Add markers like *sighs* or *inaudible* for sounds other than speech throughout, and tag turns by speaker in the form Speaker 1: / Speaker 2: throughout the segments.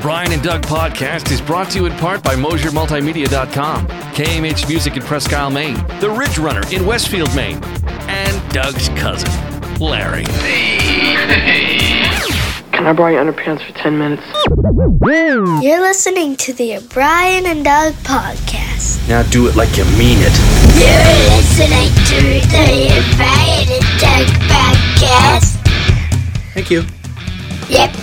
Speaker 1: Brian and Doug podcast is brought to you in part by MosierMultimedia.com, KMH Music in Presque Isle, Maine, The Ridge Runner in Westfield, Maine, and Doug's cousin, Larry.
Speaker 2: Can I borrow your underpants for 10 minutes?
Speaker 3: You're listening to the Brian and Doug podcast.
Speaker 1: Now do it like you mean it.
Speaker 3: You're listening to the Brian and Doug podcast.
Speaker 1: Thank you.
Speaker 3: Yep.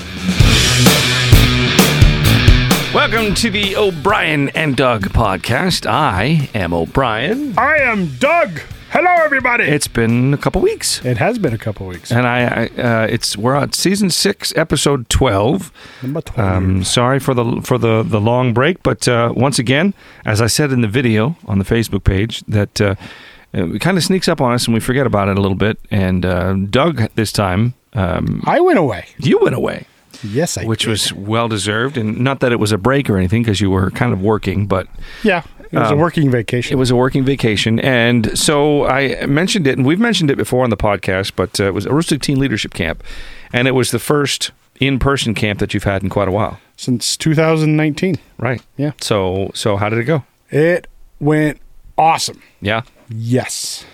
Speaker 1: Welcome to the O'Brien and Doug podcast. I am O'Brien.
Speaker 4: I am Doug. Hello, everybody.
Speaker 1: It's been a couple weeks.
Speaker 4: it has been a couple weeks.
Speaker 1: And I, I uh, it's we're on season six, episode twelve.
Speaker 4: Number 12.
Speaker 1: Um, sorry for the for the the long break, but uh, once again, as I said in the video on the Facebook page, that uh, it kind of sneaks up on us and we forget about it a little bit. And uh, Doug, this time, um,
Speaker 4: I went away.
Speaker 1: you went away,
Speaker 4: Yes, I.
Speaker 1: which
Speaker 4: did.
Speaker 1: was well deserved, and not that it was a break or anything, because you were kind of working, but
Speaker 4: yeah, it was
Speaker 1: um,
Speaker 4: a working
Speaker 1: it
Speaker 4: vacation.
Speaker 1: was a working vacation. And so I mentioned it, and we've mentioned it before on the podcast, but uh, it was Aroostook Teen Leadership Camp, and it was the first in person camp that you've had in quite a while,
Speaker 4: since 2019.
Speaker 1: right?
Speaker 4: Yeah.
Speaker 1: So so how did it go?
Speaker 4: It went awesome.
Speaker 1: Yeah.
Speaker 4: Yes,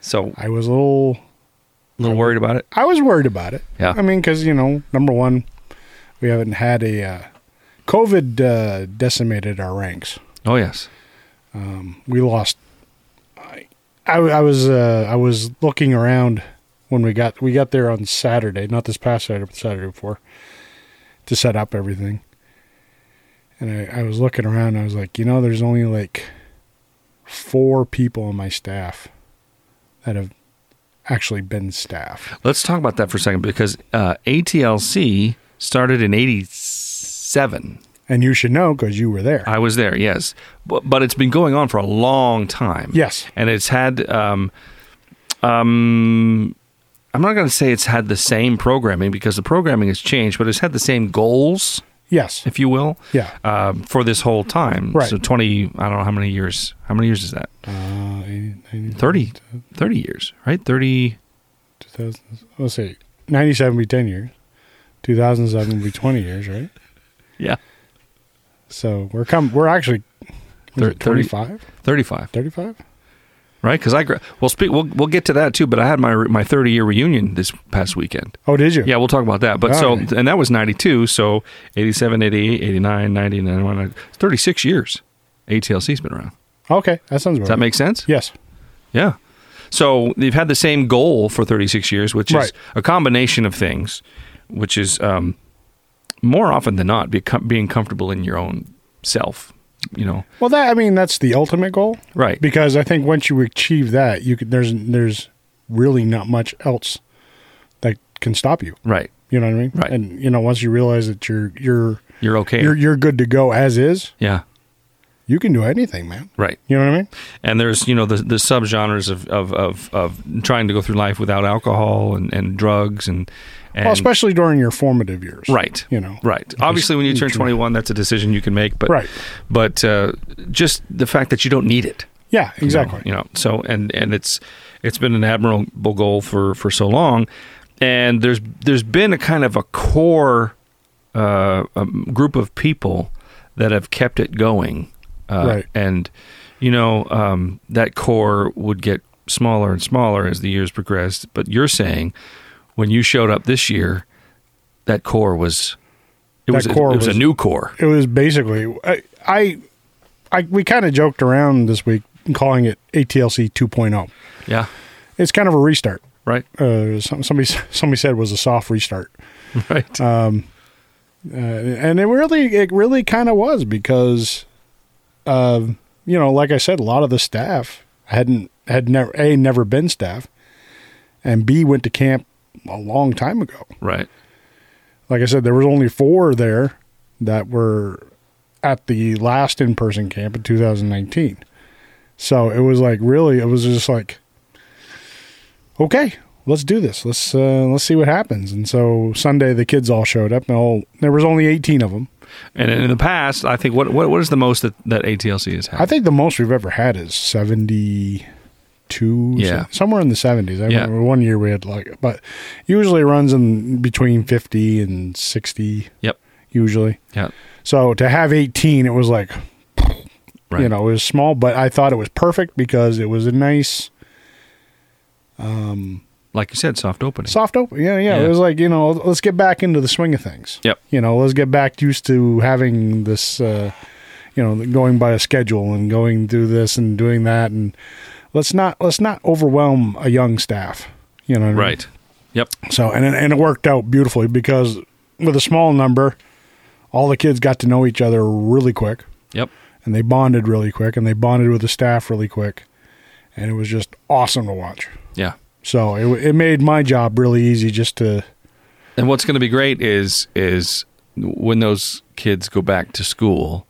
Speaker 1: So
Speaker 4: I was a little.
Speaker 1: a little worried about it.
Speaker 4: I was worried about it.
Speaker 1: Yeah.
Speaker 4: I mean, because you know, number one, we haven't had a uh, COVID uh, decimated our ranks.
Speaker 1: Oh yes.
Speaker 4: we lost. I, I, I was uh, I was looking around when we got we got there on Saturday, not this past Saturday, but the Saturday before, to set up everything. And I, I was looking around. I was like, you know, there's only like four people on my staff that have actually been staff.
Speaker 1: Let's talk about that for a second because uh, ATLC started in '87.
Speaker 4: And you should know because you were there.
Speaker 1: I was there, yes, but, but it's been going on for a long time.
Speaker 4: Yes.
Speaker 1: and it's had. Um, um, I'm not going to say it's had the same programming because the programming has changed, but it's had the same goals,
Speaker 4: yes.
Speaker 1: if you will.
Speaker 4: Yeah.
Speaker 1: Um, for this whole time,
Speaker 4: Right.
Speaker 1: So 20. I don't know how many years. How many years is that?
Speaker 4: Uh, 80, 90,
Speaker 1: 30. 30 years, right? 30.
Speaker 4: 2000, let's see, 97 would be 10 years. 2007 would be 20 years, right?
Speaker 1: Yeah.
Speaker 4: So we're come. We're actually
Speaker 1: Thir-
Speaker 4: thir- 35,
Speaker 1: 35.
Speaker 4: 35.
Speaker 1: right? Because I gra- well, speak. We'll we'll get to that too. But I had my my thirty year reunion this past weekend.
Speaker 4: Oh, did you?
Speaker 1: Yeah, we'll talk about that. But so
Speaker 4: Alright.
Speaker 1: and that was ninety two. So 87, 88, 89, 90, 91, thirty six uh, years. ATLC's been around.
Speaker 4: Okay, that sounds.
Speaker 1: Does that make sense?
Speaker 4: Yes.
Speaker 1: Yeah. So they've had the same goal for 36 years, which is
Speaker 4: Right.
Speaker 1: a combination of things, which is um, more often than not become, being comfortable in your own self. You know,
Speaker 4: Well, that I mean that's the ultimate goal,
Speaker 1: right?
Speaker 4: Because I think once you achieve that, you can, there's there's really not much else that can stop you.
Speaker 1: right.
Speaker 4: You know what I mean?
Speaker 1: Right.
Speaker 4: And you know once you realize that you're you're
Speaker 1: You're okay.
Speaker 4: you're you're good to go as is,
Speaker 1: yeah.
Speaker 4: you can do anything, man.
Speaker 1: Right.
Speaker 4: You know what I mean?
Speaker 1: and there's you know the the subgenres of of of, of trying to go through life without alcohol and, and drugs and, and
Speaker 4: well, especially during your formative years,
Speaker 1: right
Speaker 4: You know,
Speaker 1: right obviously when you turn 21 that's a decision you can make but
Speaker 4: Right.
Speaker 1: but uh, just the fact that you don't need it
Speaker 4: Yeah,
Speaker 1: you know,
Speaker 4: exactly.
Speaker 1: you know so and and it's it's been an admirable goal for for so long and there's there's been a kind of a core uh, um, group of people that have kept it going uh,
Speaker 4: Right.
Speaker 1: and you know um, that core would get smaller and smaller as the years progressed but you're saying when you showed up this year that core was it
Speaker 4: That
Speaker 1: was a,
Speaker 4: core
Speaker 1: it was,
Speaker 4: was-
Speaker 1: a new core
Speaker 4: it was basically I I, I we kind of joked around this week calling it ATLC 2.0.
Speaker 1: yeah
Speaker 4: oh. It's kind of a restart.
Speaker 1: right *laughs*
Speaker 4: Uh, some, somebody *laughs* somebody said it was a soft restart,
Speaker 1: right
Speaker 4: Uh, and it really it really kind of was because, uh, you know, like I said, a lot of the staff hadn't had never a never been staff, and B went to camp a long time ago.
Speaker 1: right
Speaker 4: Like I said, there was only four there that were at the last in person camp in 2019. So it was like really, it was just like, okay, let's do this. Let's uh, let's see what happens. And so Sunday, the kids all showed up, and all there was only 18 of them.
Speaker 1: And in the past, I think what what, what is the most that, that ATLC has had?
Speaker 4: I think the most we've ever had is 72,
Speaker 1: Yeah.
Speaker 4: so- somewhere in the 70s. I
Speaker 1: Yeah.
Speaker 4: remember one year we had like, but usually it runs in between 50 and 60.
Speaker 1: yep.
Speaker 4: usually.
Speaker 1: Yeah.
Speaker 4: So to have 18, it was like,
Speaker 1: Right.
Speaker 4: you know, it was small, but I thought it was perfect because it was a nice
Speaker 1: Like you said, soft opening.
Speaker 4: soft open. Yeah, yeah.
Speaker 1: Yeah.
Speaker 4: It was like, you know, let's get back into the swing of things.
Speaker 1: Yep.
Speaker 4: You know, let's get back used to having this, uh, you know, going by a schedule and going through this and doing that. And let's not, let's not overwhelm a young staff, you know. what I mean?
Speaker 1: Right. Yep.
Speaker 4: So and it- and it worked out beautifully because with a small number, all the kids got to know each other really quick,
Speaker 1: Yep.
Speaker 4: and they bonded really quick, and they bonded with the staff really quick, and it was just awesome to watch.
Speaker 1: Yeah.
Speaker 4: So it w- it made my job really easy just to
Speaker 1: And what's going to be great is is when those kids go back to school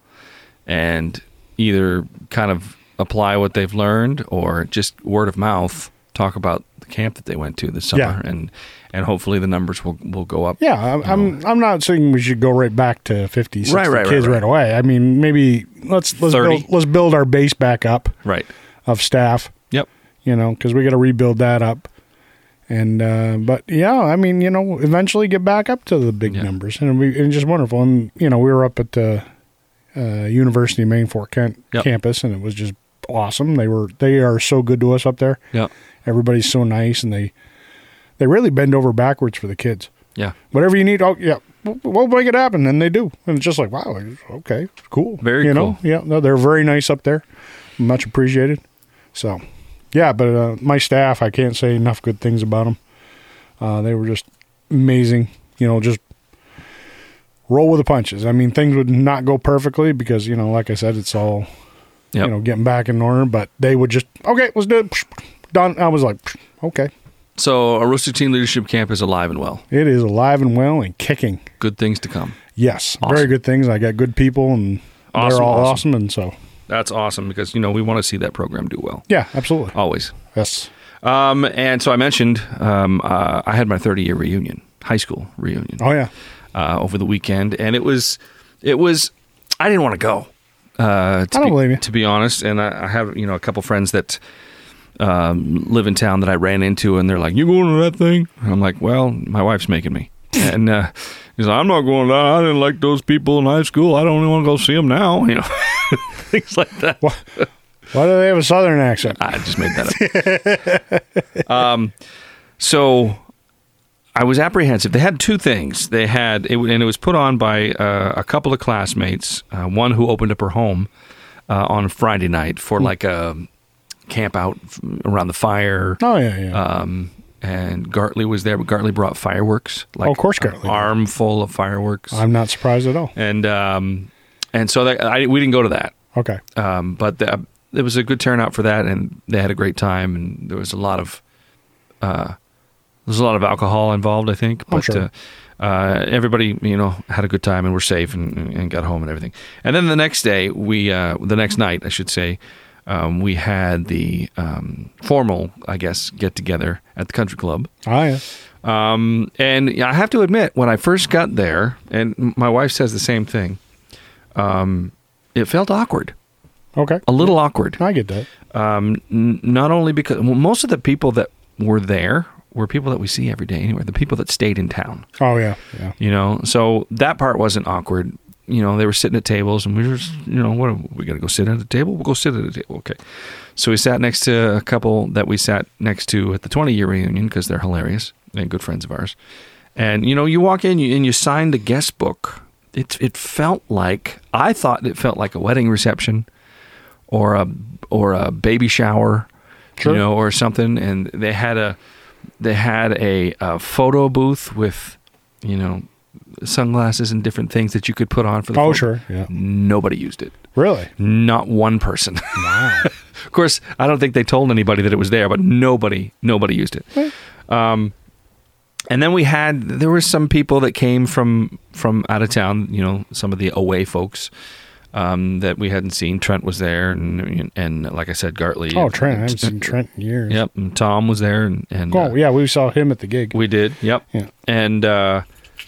Speaker 1: and either kind of apply what they've learned or just word of mouth talk about the camp that they went to this summer
Speaker 4: Yeah.
Speaker 1: and and hopefully the numbers will will go up.
Speaker 4: yeah I'm I'm, I'm not saying we should go right back to 50, 60
Speaker 1: Right, right, right,
Speaker 4: kids right,
Speaker 1: right.
Speaker 4: away. I mean maybe let's let's
Speaker 1: 30.
Speaker 4: build, let's build our base back up
Speaker 1: Right.
Speaker 4: of staff.
Speaker 1: Yep.
Speaker 4: you know, because we got to rebuild that up. And uh, but yeah, I mean, you know, eventually get back up to the big
Speaker 1: Yeah.
Speaker 4: numbers, and we and just wonderful. And you know, we were up at the uh, University of Maine Fort Kent
Speaker 1: Yep.
Speaker 4: campus, and it was just awesome. They were they are so good to us up there.
Speaker 1: Yep.
Speaker 4: Everybody's so nice, and they they really bend over backwards for the kids.
Speaker 1: Yeah.
Speaker 4: Whatever you need, oh yeah, we'll- we'll make it happen, and they do. And it's just like wow, okay, cool,
Speaker 1: Very
Speaker 4: you
Speaker 1: cool.
Speaker 4: know, yeah, no, they're very nice up there, much appreciated. So, yeah, but uh, my staff, I can't say enough good things about them. Uh, they were just amazing, you know, just roll with the punches. I mean, things would not go perfectly because you know, like I said, it's all
Speaker 1: Yep.
Speaker 4: you know getting back in order, but they would just okay, let's do it. Done. I was like, okay,
Speaker 1: so Aroostook Teen Leadership Camp is alive and well.
Speaker 4: it is alive and well and kicking.
Speaker 1: Good things to come.
Speaker 4: Yes,
Speaker 1: Awesome.
Speaker 4: very good things. I got good people, and
Speaker 1: Awesome,
Speaker 4: they're all
Speaker 1: awesome.
Speaker 4: awesome. And so,
Speaker 1: That's awesome because you know we want to see that program do well.
Speaker 4: yeah, absolutely.
Speaker 1: Always.
Speaker 4: Yes,
Speaker 1: Um, and so I mentioned um, uh, I had my 30 year reunion, high school reunion.
Speaker 4: oh yeah,
Speaker 1: uh, over the weekend, and it was it was I didn't want to go. Uh, to
Speaker 4: I don't
Speaker 1: be,
Speaker 4: blame you.
Speaker 1: To be honest, and I, I have you know a couple friends that um, live in town that I ran into, and they're like, "You going to that thing?" And I'm like, "Well, my wife's making me." and uh, he's like, "I'm not going. To, that. I didn't like those people in high school. I don't want to go see them now." You know, *laughs* things like that.
Speaker 4: why do they have a southern accent?
Speaker 1: I just made that up. um, *laughs* so I was apprehensive. They had two things. They had, it, and it was put on by uh, a couple of classmates. Uh, one who opened up her home uh, on Friday night for
Speaker 4: Hmm.
Speaker 1: like a camp out f- around the fire.
Speaker 4: Oh yeah, yeah.
Speaker 1: Um, and Gartley was there, but Gartley brought fireworks. Like
Speaker 4: of course
Speaker 1: an
Speaker 4: Gartley did.
Speaker 1: armful of fireworks.
Speaker 4: I'm not surprised at all.
Speaker 1: and um, and so that, I, we didn't go to that
Speaker 4: Okay,
Speaker 1: um, but the, it was a good turnout for that, and they had a great time, and there was a lot of uh, there's a lot of alcohol involved, I think. But
Speaker 4: sure.
Speaker 1: uh, uh, everybody, you know, had a good time and were safe and, and got home and everything. And then the next day, we uh, the next night, I should say, um, we had the um, formal, I guess, get together at the country club.
Speaker 4: oh yeah,
Speaker 1: Um, and I have to admit, when I first got there, and my wife says the same thing, um, it felt awkward,
Speaker 4: okay.
Speaker 1: a little awkward
Speaker 4: I get that.
Speaker 1: um, n- not only because well, most of the people that were there were people that we see every day anyway, the people that stayed in town,
Speaker 4: Oh yeah, yeah.
Speaker 1: you know. So that part wasn't awkward. You know, they were sitting at tables, and we were, just, you know, what are we going to go sit at a table? We'll go sit at a table. Okay. So we sat next to a couple that we sat next to at the 20 year reunion because they're hilarious and good friends of ours. And, you know, you walk in you, and you sign the guest book. It, it felt like, I thought it felt like a wedding reception or a or a baby shower,
Speaker 4: Sure.
Speaker 1: you know, or something. And they had a they had a, a photo booth with you know sunglasses and different things that you could put on for the
Speaker 4: Oh
Speaker 1: photo.
Speaker 4: sure, yeah.
Speaker 1: Nobody used it.
Speaker 4: Really?
Speaker 1: Not one person. *laughs*
Speaker 4: Wow.
Speaker 1: of course, I don't think they told anybody that it was there, but nobody nobody used it. Um, and then we had there were some people that came from from out of town. You know, some of the away folks um, that we hadn't seen. Trent was there, and and like I said, Gartley.
Speaker 4: Oh
Speaker 1: and-
Speaker 4: Trent, I haven't
Speaker 1: *laughs*
Speaker 4: seen Trent in years.
Speaker 1: Yep, and Tom was there, and, and uh,
Speaker 4: Oh yeah, we saw him at the gig.
Speaker 1: we did. Yep,
Speaker 4: Yeah.
Speaker 1: and uh,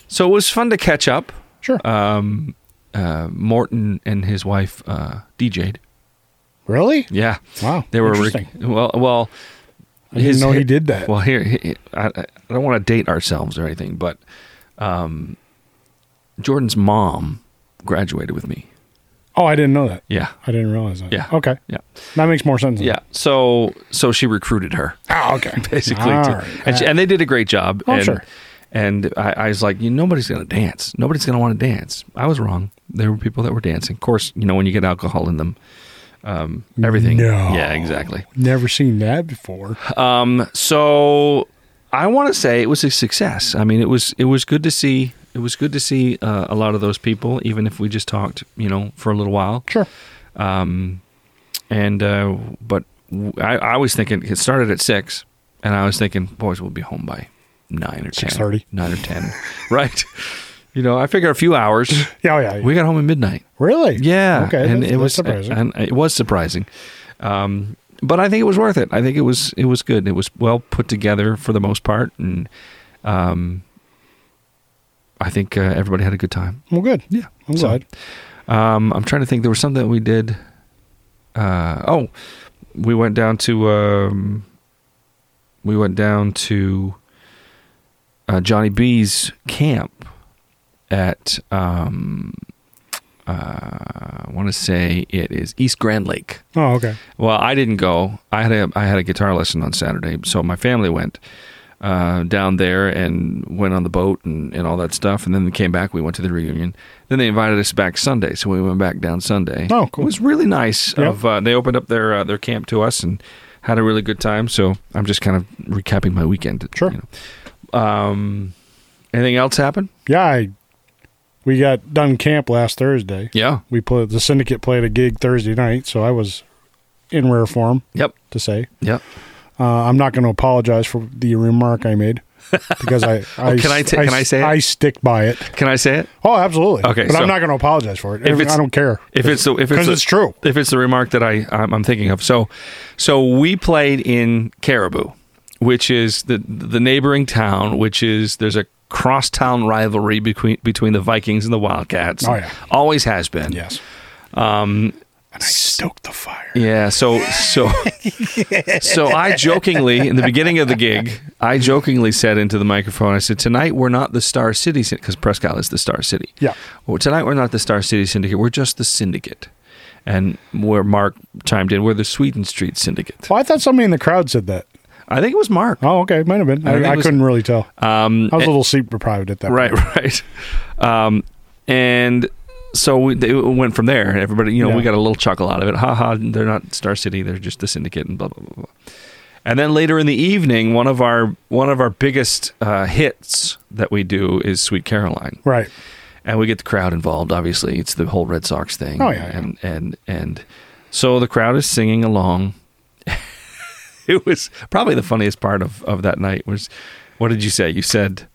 Speaker 1: so it was fun to catch up.
Speaker 4: Sure.
Speaker 1: Um, uh, Morton and his wife uh, DJ'd.
Speaker 4: really?
Speaker 1: Yeah,
Speaker 4: Wow.
Speaker 1: they were re-
Speaker 4: Interesting.
Speaker 1: well. Well,
Speaker 4: I didn't know he did that.
Speaker 1: Well, here he- I, I don't want to date ourselves or anything, but um, Jordan's mom graduated with me.
Speaker 4: Oh, I didn't know that.
Speaker 1: Yeah.
Speaker 4: I didn't realize that.
Speaker 1: Yeah.
Speaker 4: Okay.
Speaker 1: Yeah.
Speaker 4: That makes more sense.
Speaker 1: Yeah. So so she recruited her
Speaker 4: Oh, okay.
Speaker 1: *laughs* basically,
Speaker 4: All
Speaker 1: to-
Speaker 4: right.
Speaker 1: and, she, and they did a great job.
Speaker 4: Oh,
Speaker 1: and,
Speaker 4: sure.
Speaker 1: And I, I was like, you, nobody's going to dance. Nobody's going to want to dance. I was wrong. There were people that were dancing. Of course, you know when you get alcohol in them, um, everything.
Speaker 4: No.
Speaker 1: Yeah, exactly.
Speaker 4: Never seen that before.
Speaker 1: Um, so I want to say it was a success. I mean, it was it was good to see. It was good to see uh, a lot of those people, even if we just talked, you know, for a little while.
Speaker 4: Sure.
Speaker 1: Um, and uh, but w- I, I was thinking it started at six, and I was thinking, boys, we'll be home by nine or ten,
Speaker 4: 6:30.
Speaker 1: nine or ten, *laughs* right? You know, I figure a
Speaker 4: *laughs*
Speaker 1: few hours.
Speaker 4: Yeah. Oh, yeah.
Speaker 1: We got home at midnight.
Speaker 4: really?
Speaker 1: Yeah,
Speaker 4: Okay.
Speaker 1: and
Speaker 4: that's-
Speaker 1: it
Speaker 4: that's
Speaker 1: was uh,
Speaker 4: surprising.
Speaker 1: and it was surprising. Um, but I think it was worth it. I think it was it was good. It was well put together for the most part, and um, I think uh, everybody had a good time.
Speaker 4: well, good.
Speaker 1: Yeah,
Speaker 4: I'm
Speaker 1: So-
Speaker 4: glad.
Speaker 1: um, I'm trying to think. There was something that we did. Uh, oh, we went down to um, we went down to uh, Johnny B's camp at um, uh, I want to say it is East Grand Lake.
Speaker 4: Oh, okay.
Speaker 1: Well, I didn't go. I had a I had a guitar lesson on Saturday, so my family went uh, down there and went on the boat and, and all that stuff. And then we came back. We went to the reunion. Then they invited us back Sunday, so we went back down Sunday.
Speaker 4: Oh, cool.
Speaker 1: It was really nice.
Speaker 4: Yeah.
Speaker 1: Of uh, they opened up their uh, their camp to us and had a really good time. So I'm just kind of recapping my weekend.
Speaker 4: Sure.
Speaker 1: know. Um, anything else happen?
Speaker 4: Yeah. I, we got done camp last Thursday.
Speaker 1: Yeah.
Speaker 4: We played the syndicate played a gig Thursday night, so I was in rare form
Speaker 1: Yep.
Speaker 4: to say.
Speaker 1: Yep.
Speaker 4: Uh, I'm not going to apologize for the remark I made because
Speaker 1: *laughs*
Speaker 4: I, I
Speaker 1: Oh, can I ta- can I say it?
Speaker 4: I stick by it.
Speaker 1: Can I say it?
Speaker 4: Oh, absolutely.
Speaker 1: Okay,
Speaker 4: but
Speaker 1: so-
Speaker 4: I'm not going to apologize for it.
Speaker 1: If it's-
Speaker 4: I don't care
Speaker 1: if it's the if it's,
Speaker 4: because
Speaker 1: the-
Speaker 4: it's true.
Speaker 1: if it's the remark that I I'm, I'm thinking of. So so we played in Caribou, which is the the neighboring town, which is there's a crosstown rivalry between between the Vikings and the Wildcats.
Speaker 4: Oh, yeah.
Speaker 1: always has
Speaker 4: *laughs*
Speaker 1: been.
Speaker 4: Yes. Um, and I stoked the fire.
Speaker 1: Yeah, so *laughs* so so I jokingly in the beginning of the gig, I jokingly said into the microphone, I said, "Tonight we're not the Star City because Prescott is the Star City.
Speaker 4: Yeah.
Speaker 1: Well, tonight we're not the Star City Syndicate. We're just the Syndicate." And where Mark chimed in, we're the Sweden Street Syndicate.
Speaker 4: Well, I thought somebody in the crowd said that.
Speaker 1: I think it was Mark.
Speaker 4: Oh, okay, might have been.
Speaker 1: I think
Speaker 4: I, I
Speaker 1: it was-
Speaker 4: couldn't really tell.
Speaker 1: Um,
Speaker 4: I was a little sleep deprived at that.
Speaker 1: right, *laughs*
Speaker 4: Point.
Speaker 1: right. Um, and so we they went from there. Everybody, you know, we
Speaker 4: Yeah.
Speaker 1: got a little chuckle out of it. Ha ha! They're not Star City. They're just the Syndicate and blah blah blah. blah. And then later in the evening, one of our one of our biggest uh, hits that we do is "Sweet Caroline,"
Speaker 4: Right.
Speaker 1: and we get the crowd involved. Obviously, it's the whole Red Sox thing.
Speaker 4: Oh, yeah, yeah.
Speaker 1: and and and so the crowd is singing along. *laughs* it was probably the funniest part of of that night was, what did you say? You said.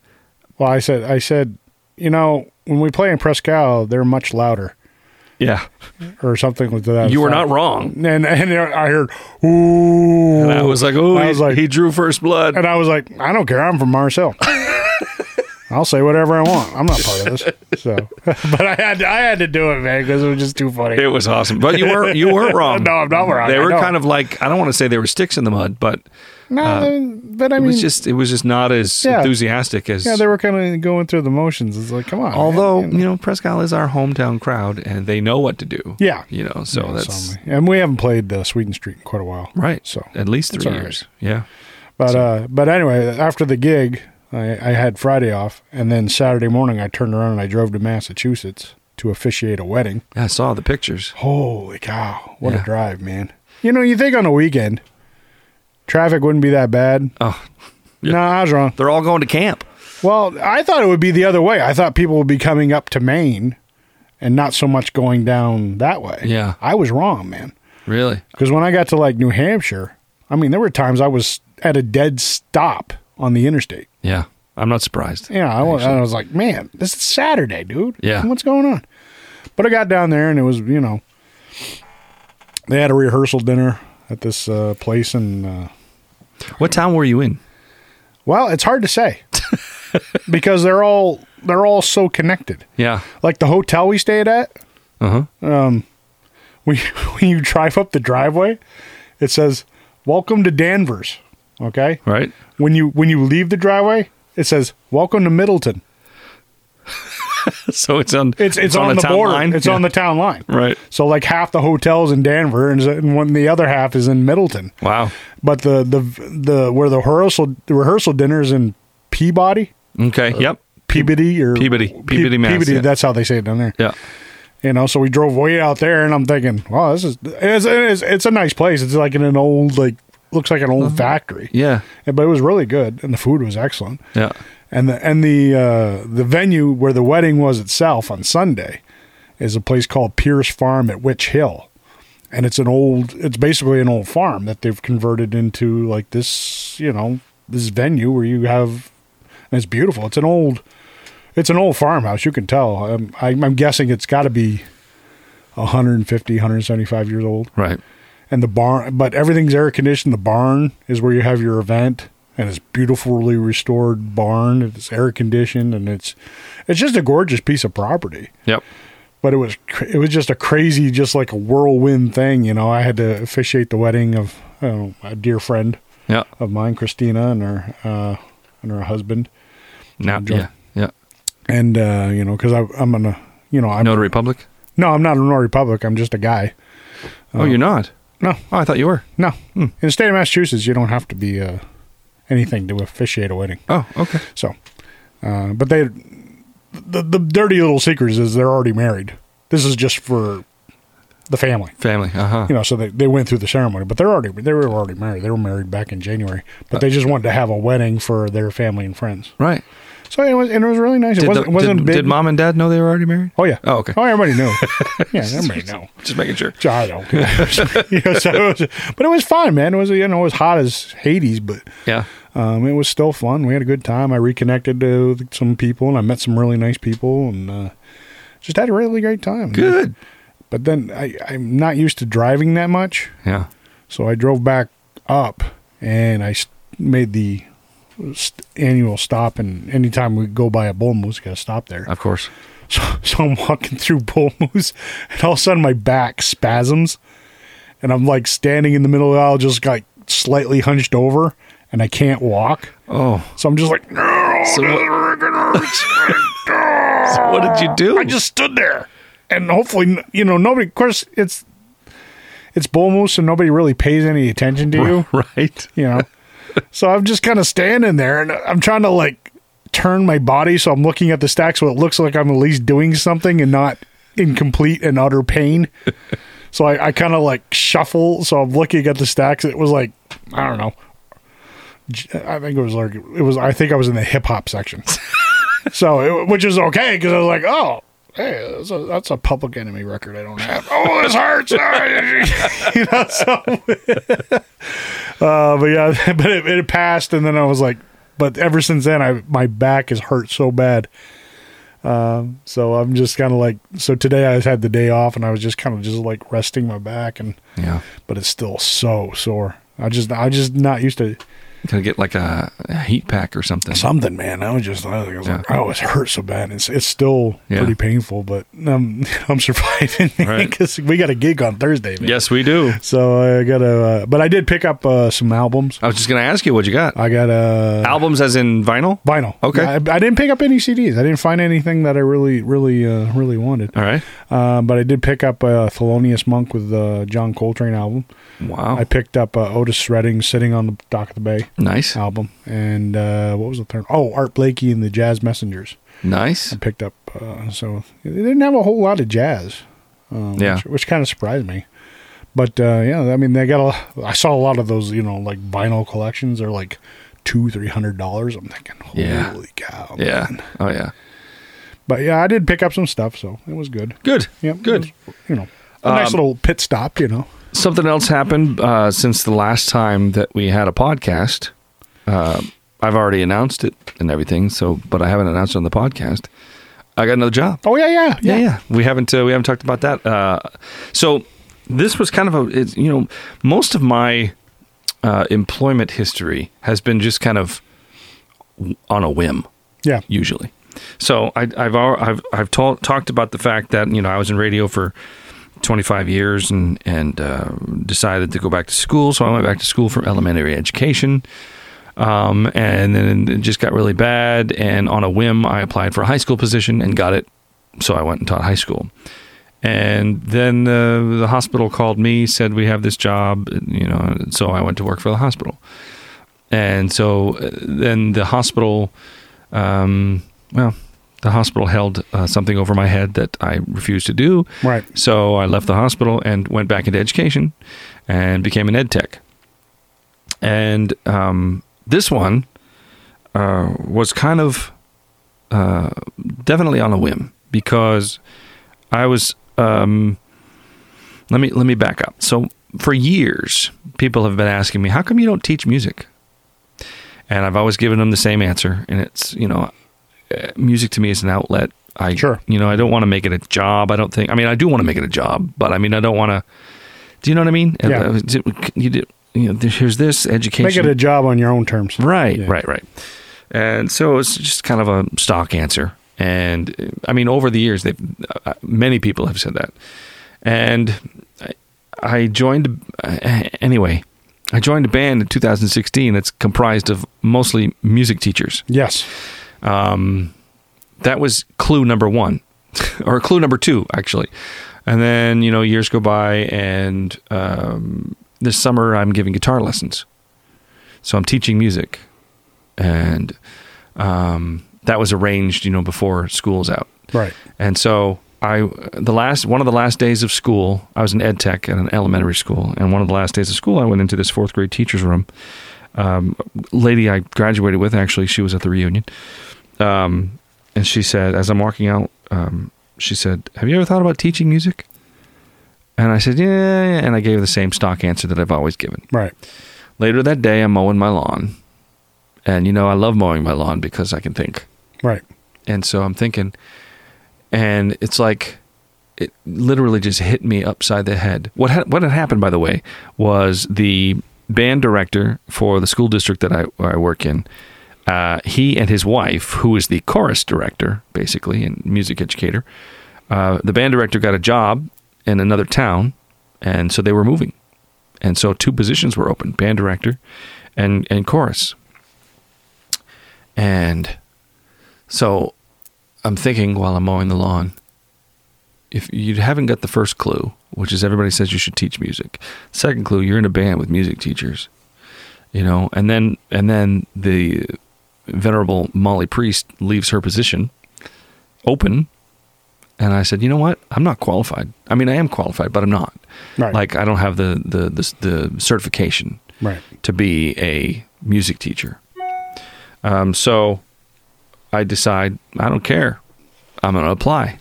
Speaker 4: Well, I said, I said, you know, when we play in Prescal, they're much louder
Speaker 1: Yeah,
Speaker 4: or something like that.
Speaker 1: you were
Speaker 4: effect.
Speaker 1: not wrong.
Speaker 4: And and I heard, ooh,
Speaker 1: And I was like, oh,
Speaker 4: I
Speaker 1: he-
Speaker 4: was like-
Speaker 1: he drew first blood.
Speaker 4: and I was like, I don't care. I'm from
Speaker 1: *laughs*
Speaker 4: Marcel. I'll say whatever I want. I'm not part of this. So, *laughs* but I had to, I had to do it, man, because it was just too funny.
Speaker 1: It was awesome, but you were
Speaker 4: *laughs*
Speaker 1: you weren't wrong.
Speaker 4: No, I'm not wrong.
Speaker 1: They
Speaker 4: I
Speaker 1: were
Speaker 4: know.
Speaker 1: kind of like I don't want to say they were sticks in the mud, but
Speaker 4: no, but I
Speaker 1: Uh, it
Speaker 4: mean,
Speaker 1: was just it was just not as
Speaker 4: Yeah.
Speaker 1: enthusiastic as.
Speaker 4: yeah, they were kind of going through the motions. It's like, come on. man.
Speaker 1: although you know Prescott is our hometown crowd, and they know what to do.
Speaker 4: Yeah.
Speaker 1: you know, so
Speaker 4: Yeah,
Speaker 1: that's
Speaker 4: so- and we haven't played uh, Sweden Street in quite a while,
Speaker 1: right.
Speaker 4: So,
Speaker 1: So at least
Speaker 4: it's
Speaker 1: three
Speaker 4: all right.
Speaker 1: years. Yeah,
Speaker 4: but uh, but anyway, after the gig, I, I had Friday off, and then Saturday morning, I turned around and I drove to Massachusetts to officiate a wedding.
Speaker 1: I saw the pictures.
Speaker 4: Holy cow! What
Speaker 1: Yeah.
Speaker 4: a drive, man! You know, you think on a weekend, traffic wouldn't be that bad.
Speaker 1: Oh,
Speaker 4: No, I was wrong.
Speaker 1: they're all going to camp.
Speaker 4: Well, I thought it would be the other way. I thought people would be coming up to Maine, and not so much going down that way.
Speaker 1: Yeah.
Speaker 4: I was wrong, man.
Speaker 1: Really?
Speaker 4: Because when I got to like New Hampshire, I mean, there were times I was at a dead stop on the interstate.
Speaker 1: Yeah, I'm not surprised.
Speaker 4: Yeah, I was, I was like, man, this is Saturday, dude.
Speaker 1: Yeah.
Speaker 4: What's going on? But I got down there and it was, you know, they had a rehearsal dinner at this uh, place. And, uh,
Speaker 1: What town were you in?
Speaker 4: well, it's hard to
Speaker 1: *laughs*
Speaker 4: say because they're all, they're all so connected.
Speaker 1: Yeah.
Speaker 4: Like the hotel we stayed at, um,
Speaker 1: Uh huh.
Speaker 4: *laughs* when you, when you drive up the driveway, it says, welcome to Danvers. Okay.
Speaker 1: Right. *laughs*
Speaker 4: when you when you leave the driveway, it says "Welcome to Middleton."
Speaker 1: so it's on
Speaker 4: It's it's, on,
Speaker 1: a
Speaker 4: the
Speaker 1: town
Speaker 4: border.
Speaker 1: line?
Speaker 4: It's
Speaker 1: Yeah.
Speaker 4: on the town line.
Speaker 1: right.
Speaker 4: So like half the hotels in Danvers, and, and one the other half is in Middleton.
Speaker 1: Wow.
Speaker 4: But the the the where the rehearsal the rehearsal dinner is in Peabody,
Speaker 1: Okay. yep.
Speaker 4: Peabody or
Speaker 1: Peabody.
Speaker 4: Pe-
Speaker 1: Peabody, Mass,
Speaker 4: Peabody.
Speaker 1: yeah.
Speaker 4: That's how they say it down there.
Speaker 1: Yeah.
Speaker 4: You know, so we drove way out there, and I'm thinking, wow, this is it's it's, it's a nice place. It's like in an old like looks like an old factory,
Speaker 1: Uh-huh. Yeah.
Speaker 4: but it was really good, and the food was excellent,
Speaker 1: Yeah.
Speaker 4: and the and the uh, the venue where the wedding was itself on Sunday is a place called Pierce Farm at Witch Hill, and it's an old it's basically an old farm that they've converted into like this you know this venue where you have and it's beautiful. It's an old it's an old farmhouse. You can tell. I'm, I, I'm guessing it's got to be 150, 175 years old.
Speaker 1: Right.
Speaker 4: And the barn, but everything's air conditioned. The barn is where you have your event, and it's beautifully restored barn. It's air conditioned, and it's it's just a gorgeous piece of property.
Speaker 1: Yep.
Speaker 4: But it was cr- it was just a crazy, just like a whirlwind thing. You know, I had to officiate the wedding of I don't know, a dear friend
Speaker 1: Yeah.
Speaker 4: of mine, Christina, and her uh, and her husband.
Speaker 1: Now.
Speaker 4: Enjoy.
Speaker 1: Yeah. Yeah.
Speaker 4: and uh, you know, because I'm gonna, you know, I'm
Speaker 1: Notary public.
Speaker 4: no, I'm not a Notary Public. I'm just a guy.
Speaker 1: oh, you're not.
Speaker 4: No,
Speaker 1: Oh, I thought you were.
Speaker 4: no. Hmm. In the state of Massachusetts, you don't have to be uh, anything to officiate a wedding.
Speaker 1: Oh, okay.
Speaker 4: So, uh, but they, the the dirty little secret is they're already married. This is just for the family,
Speaker 1: Family. Uh huh.
Speaker 4: you know. So they, they went through the ceremony, but they're already they were already married. They were married back in January, but they just wanted to have a wedding for their family and friends.
Speaker 1: right.
Speaker 4: So it was and it was really nice.
Speaker 1: Did,
Speaker 4: it wasn't
Speaker 1: the-
Speaker 4: it wasn't
Speaker 1: did,
Speaker 4: big.
Speaker 1: did mom and dad know they were already married?
Speaker 4: Oh yeah.
Speaker 1: Oh, okay.
Speaker 4: Oh, everybody knew.
Speaker 1: *laughs*
Speaker 4: yeah, everybody knew.
Speaker 1: Just making sure.
Speaker 4: I don't. care. *laughs* You know, so it was- but it was fun, man. It was you know it was hot as Hades, but
Speaker 1: Yeah.
Speaker 4: um, it was still fun. We had a good time. I reconnected to some people, and I met some really nice people, and uh, just had a really great time.
Speaker 1: Good.
Speaker 4: But then I, I'm not used to driving that much,
Speaker 1: Yeah.
Speaker 4: so I drove back up, and I s- made the st- annual stop. And anytime we go by a bull moose, got to stop there.
Speaker 1: Of course.
Speaker 4: So, *laughs* so I'm walking through Bull Moose, and all of a sudden my back spasms, and I'm like standing in the middle of the aisle, just like slightly hunched over, and I can't walk.
Speaker 1: Oh.
Speaker 4: So I'm just like, no,
Speaker 1: So what, so what did you do?
Speaker 4: I just stood there, and hopefully, you know, nobody. Of course, it's it's Bull Moose, and nobody really pays any attention to you,
Speaker 1: *laughs* Right.
Speaker 4: you know. so I'm just kind of standing there, and I'm trying to like turn my body so I'm looking at the stack so it looks like I'm at least doing something and not in complete and utter pain. so I, I kind of like shuffle. So I'm looking at the stacks. It was like, I don't know. J- I think it was like, it was, I think I was in the hip hop section. so, it, which is okay because I was like, oh. Hey, that's a, that's a public enemy record I don't have. *laughs* Oh, this hurts. you know, so uh, but yeah, *laughs* but it, it passed, and then I was like, but ever since then, I my back is hurt so bad. Um, so I'm just kind of like, so today I had the day off, and I was just kind of just like resting my back, and
Speaker 1: Yeah.
Speaker 4: but it's still so sore. I just, I just not used to
Speaker 1: Gonna get like a, a heat pack or something.
Speaker 4: something, man. I was just, I was like,
Speaker 1: Yeah.
Speaker 4: oh, it's hurt so bad. It's, it's still
Speaker 1: Yeah.
Speaker 4: pretty painful, but um, I'm *laughs* surviving
Speaker 1: Right.
Speaker 4: because we got a gig on Thursday, man.
Speaker 1: Yes, we do.
Speaker 4: So I gotta, uh, but I did pick up uh, some albums.
Speaker 1: I was just gonna ask you what you got.
Speaker 4: I got uh,
Speaker 1: Albums as in vinyl.
Speaker 4: vinyl.
Speaker 1: Okay.
Speaker 4: I, I didn't pick up any CDs. I didn't find anything that I really, really, uh, really wanted.
Speaker 1: All right.
Speaker 4: Um, but I did pick up uh, Thelonious Monk with the John Coltrane album.
Speaker 1: Wow.
Speaker 4: I picked up uh, Otis Redding "Sitting on the Dock of the Bay"
Speaker 1: nice.
Speaker 4: album, and uh, what was the third? Oh, Art Blakey and the Jazz Messengers.
Speaker 1: Nice.
Speaker 4: I picked up. Uh, so they didn't have a whole lot of jazz. Um,
Speaker 1: Yeah.
Speaker 4: which, which kind of surprised me. But uh, yeah, I mean, they got. A, I saw a lot of those, you know, like vinyl collections. They're like two, three hundred dollars. I'm thinking, holy
Speaker 1: Yeah.
Speaker 4: cow!
Speaker 1: Yeah. Oh yeah.
Speaker 4: But yeah, I did pick up some stuff, so it was good.
Speaker 1: Good.
Speaker 4: Yeah,
Speaker 1: Good. Um,
Speaker 4: it was, you know, a nice little pit stop. You know,
Speaker 1: Something else happened uh, since the last time that we had a podcast. Uh, I've already announced it and everything, so but I haven't announced it on the podcast. I got another job.
Speaker 4: oh yeah, yeah,
Speaker 1: yeah, yeah. We haven't uh, we haven't talked about that. Uh, so this was kind of a it's, you know most of my uh, employment history has been just kind of on a whim
Speaker 4: yeah,
Speaker 1: usually. So I, I've al- I've I've ta- talked about the fact that you know I was in radio for 25 years and and uh, decided to go back to school. So I went back to school for elementary education, um, and then it just got really bad. And on a whim, I applied for a high school position and got it so I went and taught high school. And then uh, the, the hospital called me, said we have this job, you know. and So I went to work for the hospital, and so uh, then the hospital, um, well, the hospital held uh, something over my head that I refused to do.
Speaker 4: Right.
Speaker 1: So I left the hospital and went back into education, and became an ed tech. And um, this one uh, was kind of uh, definitely on a whim because I was. Um, let me let me back up. So for years, people have been asking me, "How come you don't teach music?" And I've always given them the same answer, and it's you know, eh, music to me is an outlet. I
Speaker 4: Sure.
Speaker 1: you know I don't want to make it a job. I don't think. I mean, I do want to make it a job, but I mean, I don't want to. Do you know what I mean?
Speaker 4: Yeah.
Speaker 1: Uh, is it- You did. You know, here's this education.
Speaker 4: Make it a job on your own terms.
Speaker 1: Right,
Speaker 4: Yeah.
Speaker 1: right, right. And so it's just kind of a stock answer. And uh, I mean, over the years, they've, uh, many people have said that. And I, I joined, uh, anyway, I joined a band in 2016 that's comprised of mostly music teachers.
Speaker 4: Yes.
Speaker 1: Um, that was clue number one, *laughs* or clue number two, actually. And then, you know, years go by, and um, this summer I'm giving guitar lessons. So I'm teaching music. And um, that was arranged, you know, before school's out.
Speaker 4: Right.
Speaker 1: And so I, the last one of the last days of school, I was an ed tech at an elementary school, and one of the last days of school, I went into this fourth grade teacher's room. Um, lady I graduated with, actually, she was at the reunion, um, and she said, as I'm walking out, um, she said, "Have you ever thought about teaching music?" And I said, "Yeah," and I gave her the same stock answer that I've always given.
Speaker 4: Right.
Speaker 1: Later that day, I'm mowing my lawn, and you know I love mowing my lawn because I can think.
Speaker 4: Right.
Speaker 1: And so I'm thinking, and it's like, it literally just hit me upside the head. What ha- what had happened, by the way, was the band director for the school district that I, I work in. Uh, he and his wife, who is the chorus director, basically, and music educator, uh, the band director got a job in another town, and so they were moving, and so two positions were open: band director and and chorus. And so I'm thinking while I'm mowing the lawn, if you haven't got the first clue, which is everybody says you should teach music. Second clue, you're in a band with music teachers. You know, and then and then the venerable Molly Priest leaves her position open and I said, "You know what? I'm not qualified. I mean, I am qualified, but I'm not.
Speaker 4: Right.
Speaker 1: Like I don't have the the the, the certification
Speaker 4: Right.
Speaker 1: to be a music teacher. Um, so I decide I don't care. I'm going to apply.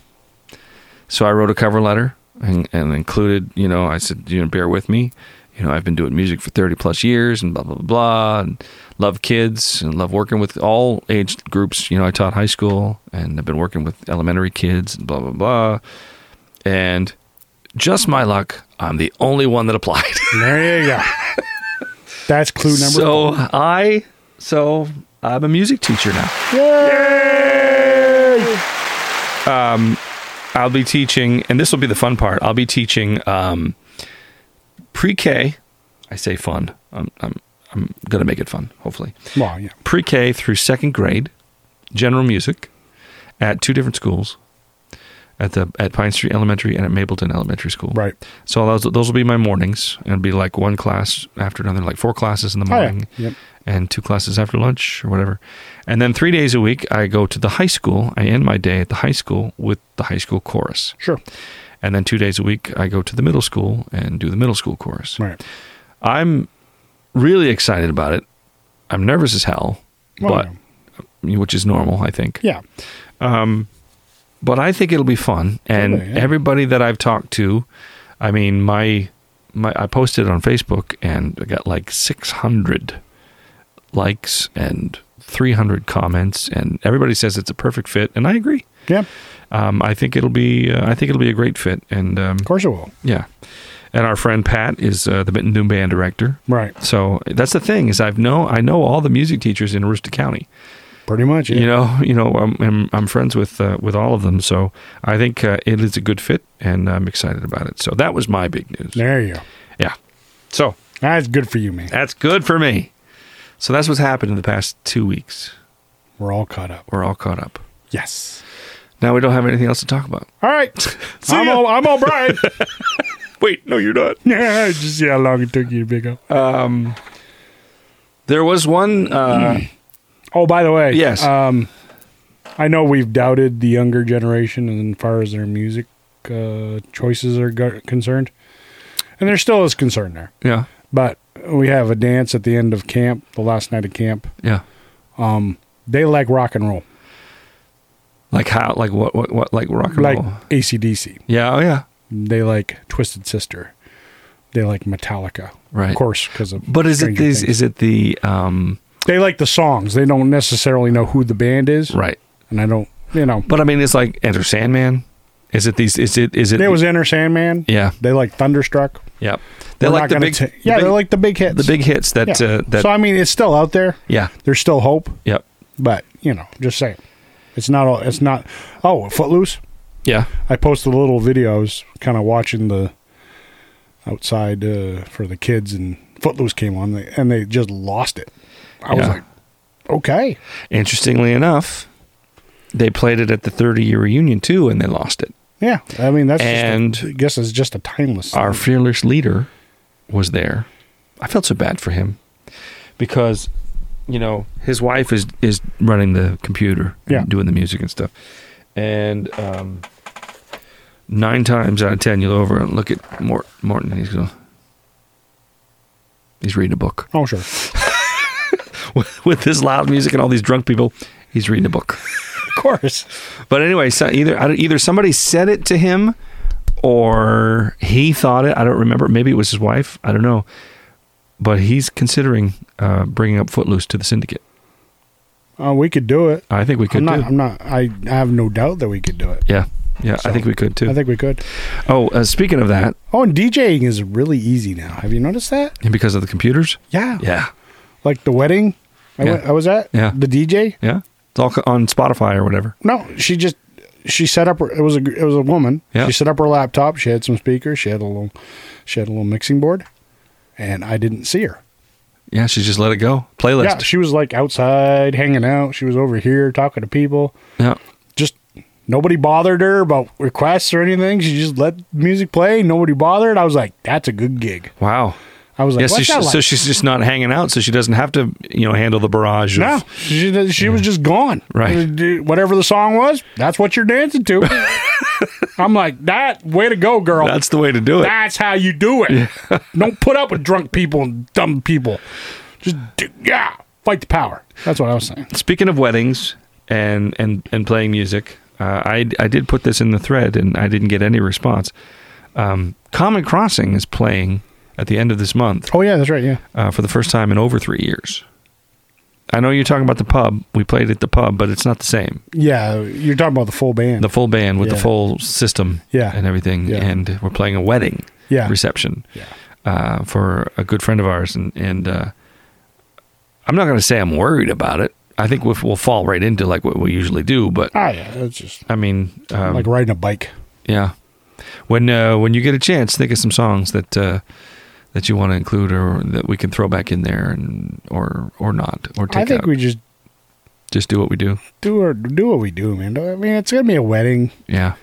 Speaker 1: So I wrote a cover letter and, and included, you know, I said, you know, bear with me. You know, I've been doing music for 30 plus years and blah, blah, blah, blah, and love kids and love working with all age groups. You know, I taught high school and I've been working with elementary kids and blah, blah, blah. And just my luck, I'm the only one that applied. *laughs*
Speaker 4: There you go. That's clue number.
Speaker 1: so I so I'm a music teacher now. Um, I'll be teaching, and this will be the fun part. I'll be teaching um, pre-K. I say fun. I'm I'm I'm gonna make it fun. Hopefully,
Speaker 4: Well, yeah.
Speaker 1: pre-K through second grade, general music, at two different schools, at the at Pine Street Elementary and at Mapleton Elementary School.
Speaker 4: Right.
Speaker 1: So those those will be my mornings. and It'll be like one class after another, like four classes in the
Speaker 4: Oh, yeah.
Speaker 1: morning,
Speaker 4: Yep.
Speaker 1: and two classes after lunch or whatever. And then three days a week, I go to the high school. I end my day at the high school with the high school chorus,
Speaker 4: Sure.
Speaker 1: and then two days a week, I go to the middle school and do the middle school chorus.
Speaker 4: Right.
Speaker 1: I'm really excited about it. I'm nervous as hell,
Speaker 4: Well,
Speaker 1: but which is normal, I think.
Speaker 4: yeah.
Speaker 1: but I think it'll be fun. And
Speaker 4: Sure, yeah.
Speaker 1: everybody that I've talked to, I mean, my my I posted on Facebook and I got like 600 likes and 300 comments, and everybody says it's a perfect fit, and I agree.
Speaker 4: Yeah.
Speaker 1: Um, I think it'll be uh, I think it'll be a great fit, and um,
Speaker 4: Of course it will.
Speaker 1: yeah. And our friend Pat is uh, the Benton Doom band director.
Speaker 4: Right.
Speaker 1: So that's the thing is I've know I know all the music teachers in Aroostook County
Speaker 4: Pretty much. Yeah.
Speaker 1: you know, you know, I'm I'm, I'm friends with uh, with all of them, so I think uh, it is a good fit, and I'm excited about it. So that was my big news.
Speaker 4: There you go.
Speaker 1: Yeah, so
Speaker 4: That's good for you, man.
Speaker 1: that's good for me. So that's what's happened in the past two weeks.
Speaker 4: We're all caught up.
Speaker 1: We're all caught up.
Speaker 4: Yes.
Speaker 1: Now we don't have anything else to talk about.
Speaker 4: All right.
Speaker 1: *laughs* See
Speaker 4: I'm,
Speaker 1: ya.
Speaker 4: all, I'm all Brian.
Speaker 1: Wait, no, you're not.
Speaker 4: *laughs* yeah, just see how long it took you to pick up.
Speaker 1: Um, there was one. Uh,
Speaker 4: Oh, by the way,
Speaker 1: Yes.
Speaker 4: Um, I know we've doubted the younger generation as far as their music uh, choices are go- concerned, and there still is concern there.
Speaker 1: yeah,
Speaker 4: But we have a dance at the end of camp, the last night of camp.
Speaker 1: yeah.
Speaker 4: They like rock and roll,
Speaker 1: Like how? Like what? What? what like rock and
Speaker 4: like
Speaker 1: roll?
Speaker 4: ACDC.
Speaker 1: Yeah. Oh, yeah.
Speaker 4: They like Twisted Sister. They like Metallica,
Speaker 1: Right.
Speaker 4: Of course, because of
Speaker 1: But is it
Speaker 4: Stranger
Speaker 1: these?
Speaker 4: Things.
Speaker 1: Is it the? Um,
Speaker 4: they like the songs. They don't necessarily know who the band is,
Speaker 1: right.
Speaker 4: and I don't, you know.
Speaker 1: But I mean, it's like Enter Sandman. Is it these? Is it? Is it?
Speaker 4: There was Inner Sandman.
Speaker 1: Yeah.
Speaker 4: They like Thunderstruck.
Speaker 1: Yeah. They
Speaker 4: We're
Speaker 1: like
Speaker 4: not
Speaker 1: the
Speaker 4: gonna
Speaker 1: big.
Speaker 4: ta-
Speaker 1: the
Speaker 4: yeah,
Speaker 1: big-
Speaker 4: they like the big hits.
Speaker 1: the big hits that.
Speaker 4: Yeah.
Speaker 1: Uh, that.
Speaker 4: so I mean, it's still out there.
Speaker 1: yeah.
Speaker 4: There's still hope,
Speaker 1: Yep.
Speaker 4: but you know, just saying, it's not all. It's not. Oh, Footloose.
Speaker 1: Yeah.
Speaker 4: I posted a little video. I was kind of watching the outside uh, for the kids, and Footloose came on, and they just lost it. I was
Speaker 1: Yeah.
Speaker 4: like, okay,
Speaker 1: Interestingly enough, they played it at the 30 year reunion too, and they lost it.
Speaker 4: yeah. I mean, that's just a,
Speaker 1: And- Uh,
Speaker 4: I guess it's just a timeless.
Speaker 1: Our fearless leader was there. I felt so bad for him because, you know, his wife is is running the computer, and
Speaker 4: Yeah.
Speaker 1: doing the music and stuff, and um, nine times out of ten you'll over and look at Mort, Morton and he's going, he's reading a book
Speaker 4: oh sure,
Speaker 1: with, *laughs* with this loud music and all these drunk people. He's reading a book.
Speaker 4: *laughs* of course.
Speaker 1: But anyway, so either I don't- either somebody said it to him, or he thought it. I don't remember. Maybe it was his wife. I don't know. But he's considering uh, bringing up Footloose to the syndicate.
Speaker 4: Uh, we could do it.
Speaker 1: I think we could
Speaker 4: I'm not.
Speaker 1: too.
Speaker 4: I'm not. I, I have no doubt that we could do it.
Speaker 1: yeah, yeah. I
Speaker 4: So,
Speaker 1: think we could too.
Speaker 4: I think we could.
Speaker 1: oh, uh, speaking of that,
Speaker 4: Oh, and DJing is really easy now. Have you noticed that?
Speaker 1: and because of the computers,
Speaker 4: Yeah.
Speaker 1: yeah,
Speaker 4: Like the wedding I,
Speaker 1: Yeah.
Speaker 4: went, I was at.
Speaker 1: Yeah.
Speaker 4: The DJ.
Speaker 1: yeah. It's all co- on Spotify or whatever.
Speaker 4: No, she just she set up. Her, it was a it was a woman.
Speaker 1: Yeah.
Speaker 4: She set up her laptop. She had some speakers. She had a little she had a little mixing board, and I didn't see her.
Speaker 1: Yeah, she just let it go.
Speaker 4: Yeah,
Speaker 1: Playlist.
Speaker 4: she was like outside hanging out. She was over here talking to people.
Speaker 1: Yeah,
Speaker 4: Just nobody bothered her about requests or anything. She just let music play. Nobody bothered. I was like, that's a good gig.
Speaker 1: Wow.
Speaker 4: I was like, what's
Speaker 1: Yeah, so, she-
Speaker 4: that like?
Speaker 1: so she's just not hanging out, so she doesn't have to, you know, handle the barrage. Of,
Speaker 4: No, she, she was just gone. Uh,
Speaker 1: Right.
Speaker 4: Whatever the song was, that's what you're dancing to.
Speaker 1: *laughs*
Speaker 4: I'm like, that way to go, girl. That's,
Speaker 1: that's the way to do it.
Speaker 4: how you do it. *laughs* Don't put up with drunk people and dumb people. Just do, yeah, fight the power. That's what I was saying.
Speaker 1: speaking of weddings and and and playing music, uh, I I did put this in the thread and I didn't get any response. Um, Common Crossing is playing at the end of this month
Speaker 4: Oh yeah, that's right. Yeah,
Speaker 1: uh, for the first time in over three years. I know you're talking about the pub. We played at the pub, but it's not the same.
Speaker 4: yeah. You're talking about the full band.
Speaker 1: The full band with the
Speaker 4: Yeah.
Speaker 1: full system
Speaker 4: Yeah.
Speaker 1: and everything,
Speaker 4: Yeah.
Speaker 1: and we're playing a wedding
Speaker 4: yeah,
Speaker 1: reception
Speaker 4: yeah.
Speaker 1: uh, for a good friend of ours, and and uh, I'm not going to say I'm worried about it. I think we'll, we'll fall right into like what we usually do, but
Speaker 4: Ah, yeah. That's just
Speaker 1: I mean, um,
Speaker 4: like riding a bike.
Speaker 1: yeah. When uh, when you get a chance, think of some songs that uh, that you want to include or that we can throw back in there, and or or not, or take
Speaker 4: I think
Speaker 1: out.
Speaker 4: we just
Speaker 1: just do what we do.
Speaker 4: do or do what we do, man. I mean, it's gonna be a wedding.
Speaker 1: Yeah,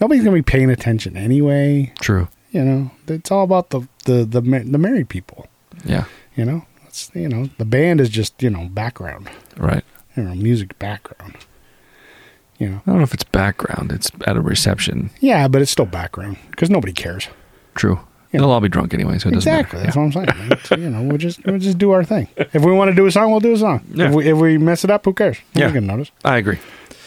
Speaker 4: Nobody's gonna be paying attention anyway.
Speaker 1: true.
Speaker 4: you know, it's all about the the the, ma- the married people.
Speaker 1: Yeah,
Speaker 4: You know, it's you know the band is just you know background,
Speaker 1: right.
Speaker 4: you know, music background. You know,
Speaker 1: I don't know if it's background. It's at a reception.
Speaker 4: yeah, but it's still background because nobody cares.
Speaker 1: True.
Speaker 4: Yeah.
Speaker 1: They'll all be drunk anyway, so it doesn't
Speaker 4: Exactly,
Speaker 1: matter.
Speaker 4: that's what I'm saying. man. It's, you know, we'll just we'll just do our thing. If we want to do a song, we'll do a song.
Speaker 1: Yeah.
Speaker 4: If, we, if we mess it up, who cares?
Speaker 1: Yeah.
Speaker 4: gonna notice.
Speaker 1: I agree.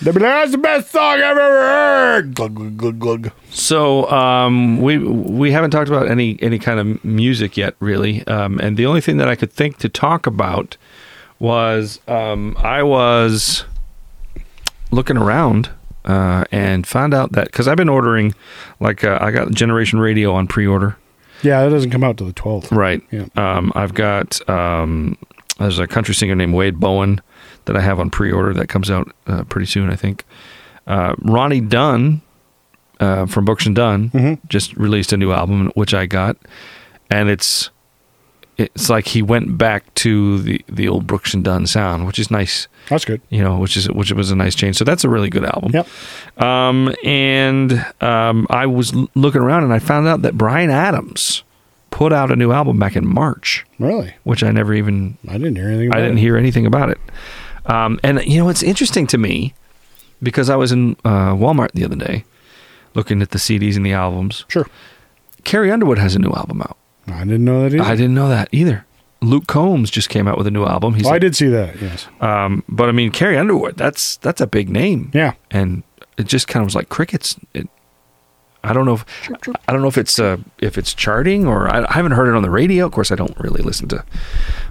Speaker 4: They'll be like, That's the best song I've ever heard. Glug glug glug glug.
Speaker 1: So um, we we haven't talked about any any kind of music yet, really. Um, and the only thing that I could think to talk about was um, I was looking around uh, and found out that because I've been ordering, like uh, I got Generation Radio on pre-order,
Speaker 4: Yeah, that doesn't come out till the 12th.
Speaker 1: right?
Speaker 4: Yeah.
Speaker 1: Um, I've got um, there's a country singer named Wade Bowen that I have on pre-order that comes out uh, pretty soon, I think. Uh, Ronnie Dunn uh,
Speaker 4: Mm-hmm.
Speaker 1: from Books and Dunn just released a new album, which I got, and it's it's like he went back to the the old Brooks and Dunn sound, which is nice.
Speaker 4: That's good.
Speaker 1: You know, which is which was a nice change. So that's a really good album.
Speaker 4: Yep.
Speaker 1: Um, and um, I was l- looking around and I found out that Brian Adams put out a new album back in March,
Speaker 4: Really?
Speaker 1: which I never even
Speaker 4: I didn't hear anything. About
Speaker 1: I didn't
Speaker 4: it.
Speaker 1: hear anything about it. Um, and you know, it's interesting to me because I was in uh, Walmart the other day looking at the CDs and the albums.
Speaker 4: Sure.
Speaker 1: Carrie Underwood has a new album out.
Speaker 4: I didn't know that either.
Speaker 1: I didn't know that either. Luke Combs just came out with a new album. He's
Speaker 4: Well, Oh, I
Speaker 1: like-
Speaker 4: did see that. Yes.
Speaker 1: um, but I mean, Carrie Underwood. That's that's a big name.
Speaker 4: Yeah.
Speaker 1: and it just kind of was like crickets. It, I don't know if I don't know if it's uh, if it's charting or I, I haven't heard it on the radio. Of course, I don't really listen to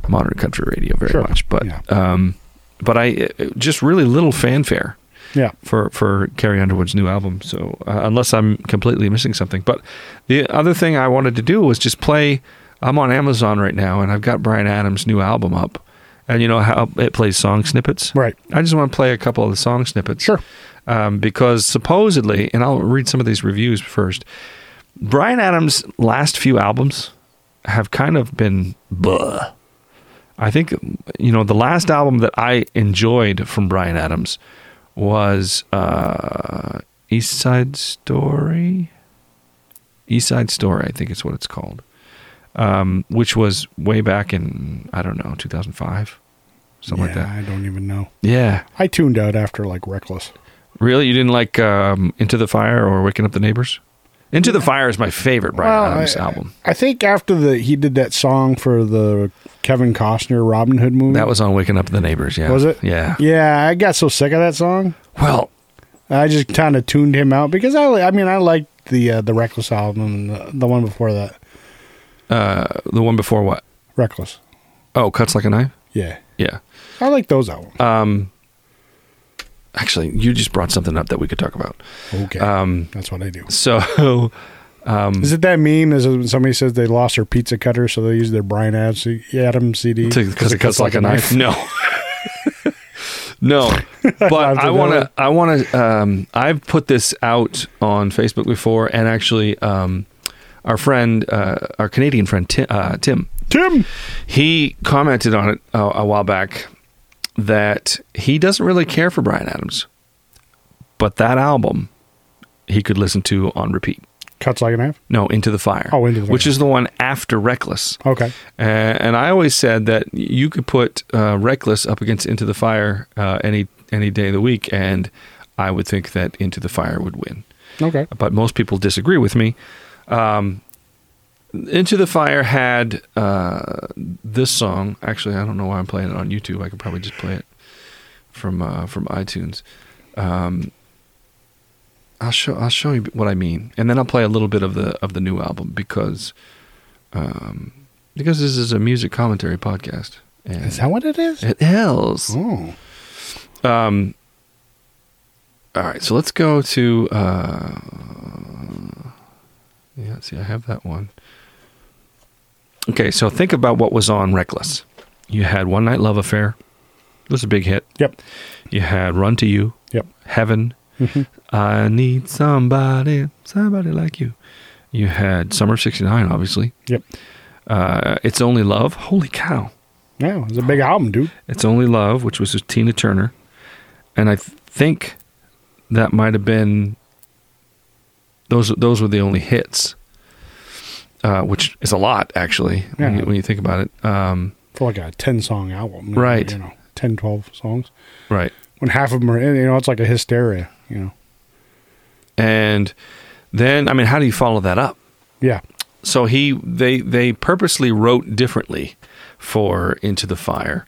Speaker 1: modern country radio very
Speaker 4: Sure.
Speaker 1: much, but
Speaker 4: Yeah.
Speaker 1: um, but I it- it- just really little fanfare
Speaker 4: Yeah.
Speaker 1: for for Carrie Underwood's new album. So uh, unless I'm completely missing something, but the other thing I wanted to do was just play. I'm on Amazon right now, and I've got Brian Adams' new album up, and you know how it plays song snippets.
Speaker 4: Right.
Speaker 1: I just want to play a couple of the song snippets.
Speaker 4: Sure.
Speaker 1: Um, because supposedly, and I'll read some of these reviews first. Brian Adams' last few albums have kind of been blah. I think you know the last album that I enjoyed from Brian Adams was uh, East Side Story. East Side Story, I think is what it's called, um, which was way back in I don't know 2005, something like
Speaker 4: Yeah,
Speaker 1: that.
Speaker 4: I don't even know.
Speaker 1: Yeah,
Speaker 4: I tuned out after like Reckless.
Speaker 1: Really, you didn't like um, Into the Fire or Waking Up the Neighbors? Into the Fire is my favorite Brian
Speaker 4: Well,
Speaker 1: Adams
Speaker 4: I-
Speaker 1: album.
Speaker 4: I think after the he did that song for the Kevin Costner Robin Hood movie.
Speaker 1: That was on Waking Up the Neighbors. Yeah,
Speaker 4: was it?
Speaker 1: Yeah.
Speaker 4: Yeah, I got so sick of that song.
Speaker 1: Well,
Speaker 4: I just kind of tuned him out because I li- I mean I liked the uh, the Reckless album and the, the one before that
Speaker 1: uh, the one before what?
Speaker 4: Reckless.
Speaker 1: Oh, Cuts Like a Knife.
Speaker 4: Yeah,
Speaker 1: Yeah.
Speaker 4: I like those albums.
Speaker 1: Uh, Actually, you just brought something up that we could talk about.
Speaker 4: okay,
Speaker 1: um,
Speaker 4: that's what I do.
Speaker 1: So, *laughs*
Speaker 4: Is it that meme? Is it when somebody says they lost their pizza cutter, so they use their Brian Adams Adam CD
Speaker 1: because it cuts like a knife. No. *laughs*
Speaker 4: *laughs*
Speaker 1: No, but
Speaker 4: I've
Speaker 1: I want
Speaker 4: never-
Speaker 1: to. I want to. Um, I've put this out on Facebook before, and actually, um, our friend, uh, our Canadian friend Tim, uh, Tim
Speaker 4: Tim,
Speaker 1: he commented on it uh, a while back that he doesn't really care for Brian Adams, but that album he could listen to on repeat.
Speaker 4: cuts like a knife.
Speaker 1: No, Into the Fire.
Speaker 4: Oh, Into the Fire.
Speaker 1: Which is the one after Reckless.
Speaker 4: Okay,
Speaker 1: Uh, and I always said that you could put uh, Reckless up against Into the Fire uh, any any day of the week, and I would think that Into the Fire would win
Speaker 4: okay,
Speaker 1: but most people disagree with me. Um, Into the Fire had uh, this song. Actually, I don't know why I'm playing it on YouTube. I could probably just play it from uh, from iTunes. Um, I'll show I'll show you what I mean, and then I'll play a little bit of the of the new album because um, because this is a music commentary podcast. And
Speaker 4: is that what it is?
Speaker 1: it hells.
Speaker 4: Oh,
Speaker 1: Um, all right, so let's go to. Uh, yeah, see, I have that one. Okay, so think about what was on Reckless. You had One Night Love Affair. It was a big hit.
Speaker 4: yep,
Speaker 1: You had Run to You,
Speaker 4: yep.
Speaker 1: Heaven. I need somebody, somebody like you. You had Summer of 69, obviously.
Speaker 4: Yep.
Speaker 1: Uh, it's Only Love. Holy cow.
Speaker 4: Yeah, it's a big album, dude.
Speaker 1: It's Only Love, which was with Tina Turner. And I th- think that might have been those those were the only hits. Uh, which is a lot actually when,
Speaker 4: Yeah.
Speaker 1: you, when you think about it. Um,
Speaker 4: For like a 10 song album.
Speaker 1: Right.
Speaker 4: You know, 10, 12 songs.
Speaker 1: right.
Speaker 4: When half of them are, in, you know, it's like a hysteria, you know.
Speaker 1: And then I mean how do you follow that up?
Speaker 4: Yeah.
Speaker 1: so he they they purposely wrote differently for Into the Fire,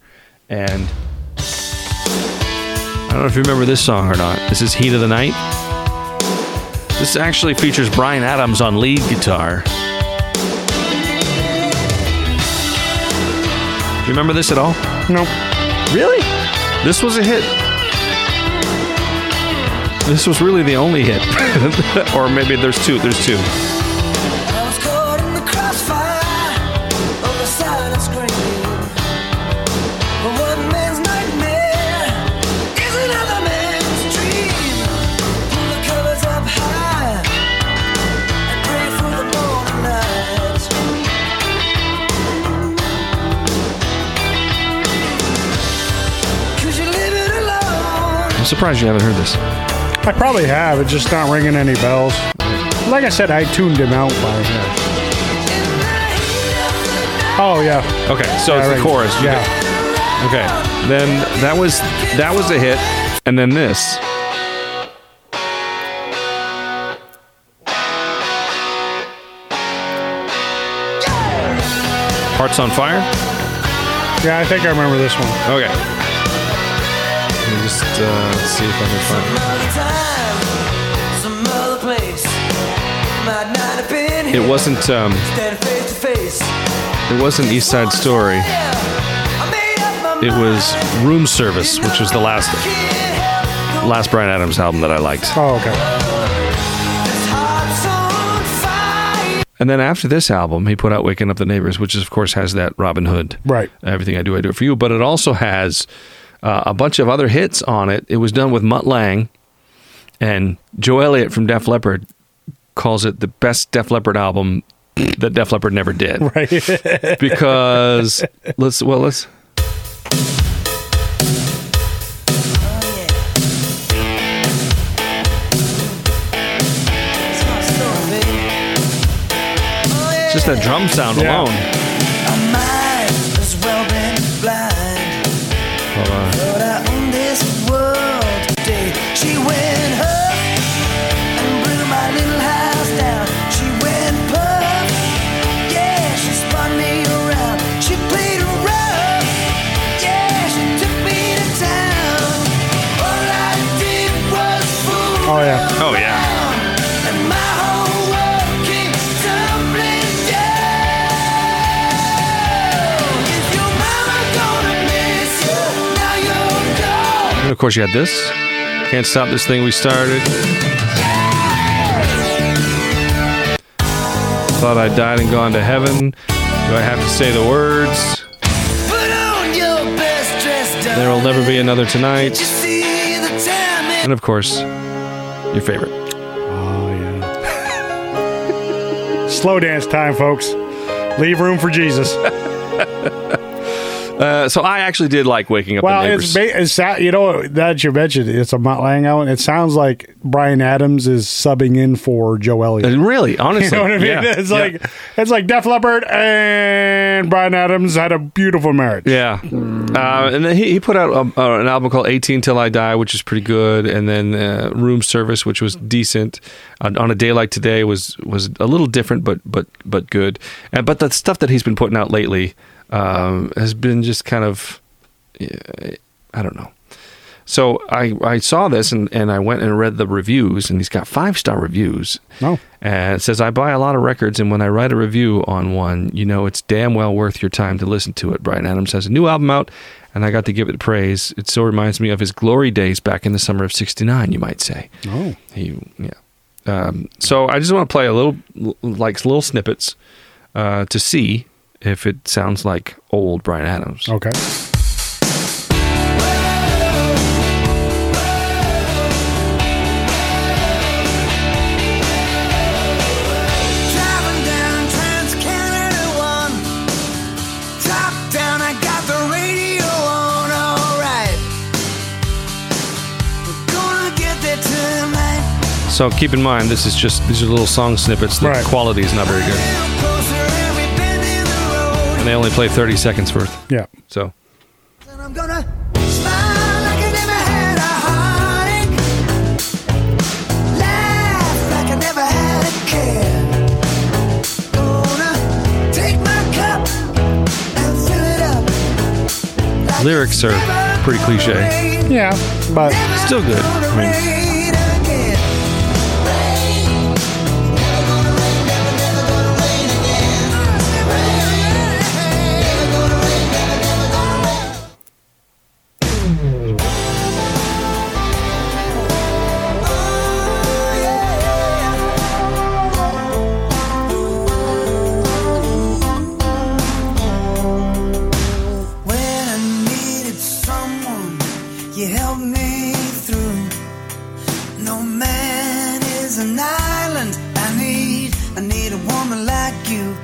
Speaker 1: and I don't know if you remember this song or not. This is Heat of the Night. This actually features Brian Adams on lead guitar. Do you remember this at all?
Speaker 4: No.
Speaker 1: Really? This was a hit. This was really the only hit, *laughs* or maybe there's two. There's two.
Speaker 5: I was caught in the crossfire of the silent scream. But one man's nightmare is another man's dream. Pull the covers up high and pray for the morning light.
Speaker 1: surprised you haven't heard this.
Speaker 4: I probably have. It's just not ringing any bells. Like I said, I tuned him out by. Uh, oh yeah,
Speaker 1: Okay, so
Speaker 4: Yeah,
Speaker 1: it's
Speaker 4: right.
Speaker 1: the chorus. You
Speaker 4: Yeah,
Speaker 1: got- Okay. Then that was that was a hit, and then this. Hearts on fire.
Speaker 4: yeah. I think I remember this one.
Speaker 1: Okay. Let me just uh, see if I can find. it. It wasn't um, it wasn't East Side Story. It was Room Service, which was the last last Brian Adams album that I liked.
Speaker 4: Oh okay.
Speaker 1: And then after this album, he put out Waking Up the Neighbors, which is, of course has that Robin Hood.
Speaker 4: Right. *laughs*
Speaker 1: Everything I do, I do it for you. But it also has uh, a bunch of other hits on it. It was done with Mutt Lang and Joe Elliott from Def Leppard calls it the best Def Leppard album that Def Leppard never did.
Speaker 4: Right.
Speaker 1: Because let's well let's just that drum sound
Speaker 4: Yeah.
Speaker 1: alone. Hold on.
Speaker 5: She went huff and blew my little house down. She went puff, yeah. She spun me around. She played her rough, yeah. She took me to town. All I did was fool.
Speaker 4: Oh, yeah.
Speaker 1: Oh, yeah.
Speaker 5: around, And my whole world came tumbling down. Is your mama gonna miss you? Now you're gone.
Speaker 1: And of course, you had this. Can't stop this thing we started. Thought I died and gone to heaven. Do I have to say the words?
Speaker 5: Put on your best dress,
Speaker 1: There will never be another tonight.
Speaker 5: You see the time in
Speaker 1: And of course, your favorite.
Speaker 4: Oh yeah. Slow dance time, folks. Leave room for Jesus.
Speaker 1: Uh, so I actually did like waking up
Speaker 4: Well,
Speaker 1: the
Speaker 4: it's,
Speaker 1: neighbors.
Speaker 4: ba- it's sou- you know that you mentioned it's a Mount Lang album. It sounds like Brian Adams is subbing in for Joe Elliott.
Speaker 1: Uh, really,
Speaker 4: *laughs*
Speaker 1: honestly,
Speaker 4: You know what I mean?
Speaker 1: yeah,
Speaker 4: it's
Speaker 1: yeah,
Speaker 4: like it's like Def Leppard and Brian Adams had a beautiful marriage.
Speaker 1: yeah. Uh, and then he, he put out a, uh, an album called 18 Till I Die, which is pretty good, and then uh, Room Service, which was decent. Uh, on a day like today was was a little different, but but but good. And but the stuff that he's been putting out lately um, has been just kind of I don't know. So I, I saw this and, and I went and read the reviews and he's got five star reviews.
Speaker 4: Oh.
Speaker 1: And it says I buy a lot of records and when I write a review on one, you know it's damn well worth your time to listen to it. Brian Adams has a new album out and I got to give it praise. It so reminds me of his glory days back in the summer of sixty nine, you might say.
Speaker 4: Oh,
Speaker 1: He yeah. Um, so I just want to play a little like little snippets uh, to see if it sounds like old Brian Adams.
Speaker 4: okay.
Speaker 5: Driving down Trans-Canada 1. Top down, I got the radio on, alright. We're gonna get there tonight.
Speaker 1: So keep in mind, this is just these are little song snippets. The
Speaker 4: Right.
Speaker 1: quality is not very good,
Speaker 5: Little closer every bend in the road.
Speaker 1: and they only play 30 seconds worth.
Speaker 4: Yeah.
Speaker 1: So
Speaker 5: And I'm gonna smile like I never had a heartache. Laugh like I never had a care. Gonna take my cup and fill it up. Like
Speaker 1: Lyrics
Speaker 5: it's
Speaker 1: are
Speaker 5: never
Speaker 1: pretty
Speaker 5: gonna
Speaker 1: cliché.
Speaker 5: rain,
Speaker 4: Yeah, but
Speaker 5: never
Speaker 1: Still good.
Speaker 5: gonna
Speaker 1: I mean-
Speaker 5: rain again. Rain. Never gonna rain, never, never gonna rain again. Rain. Never gonna rain, never, never gonna rain. When I needed someone, you helped me through. No man is an island. I need, I need a woman like you.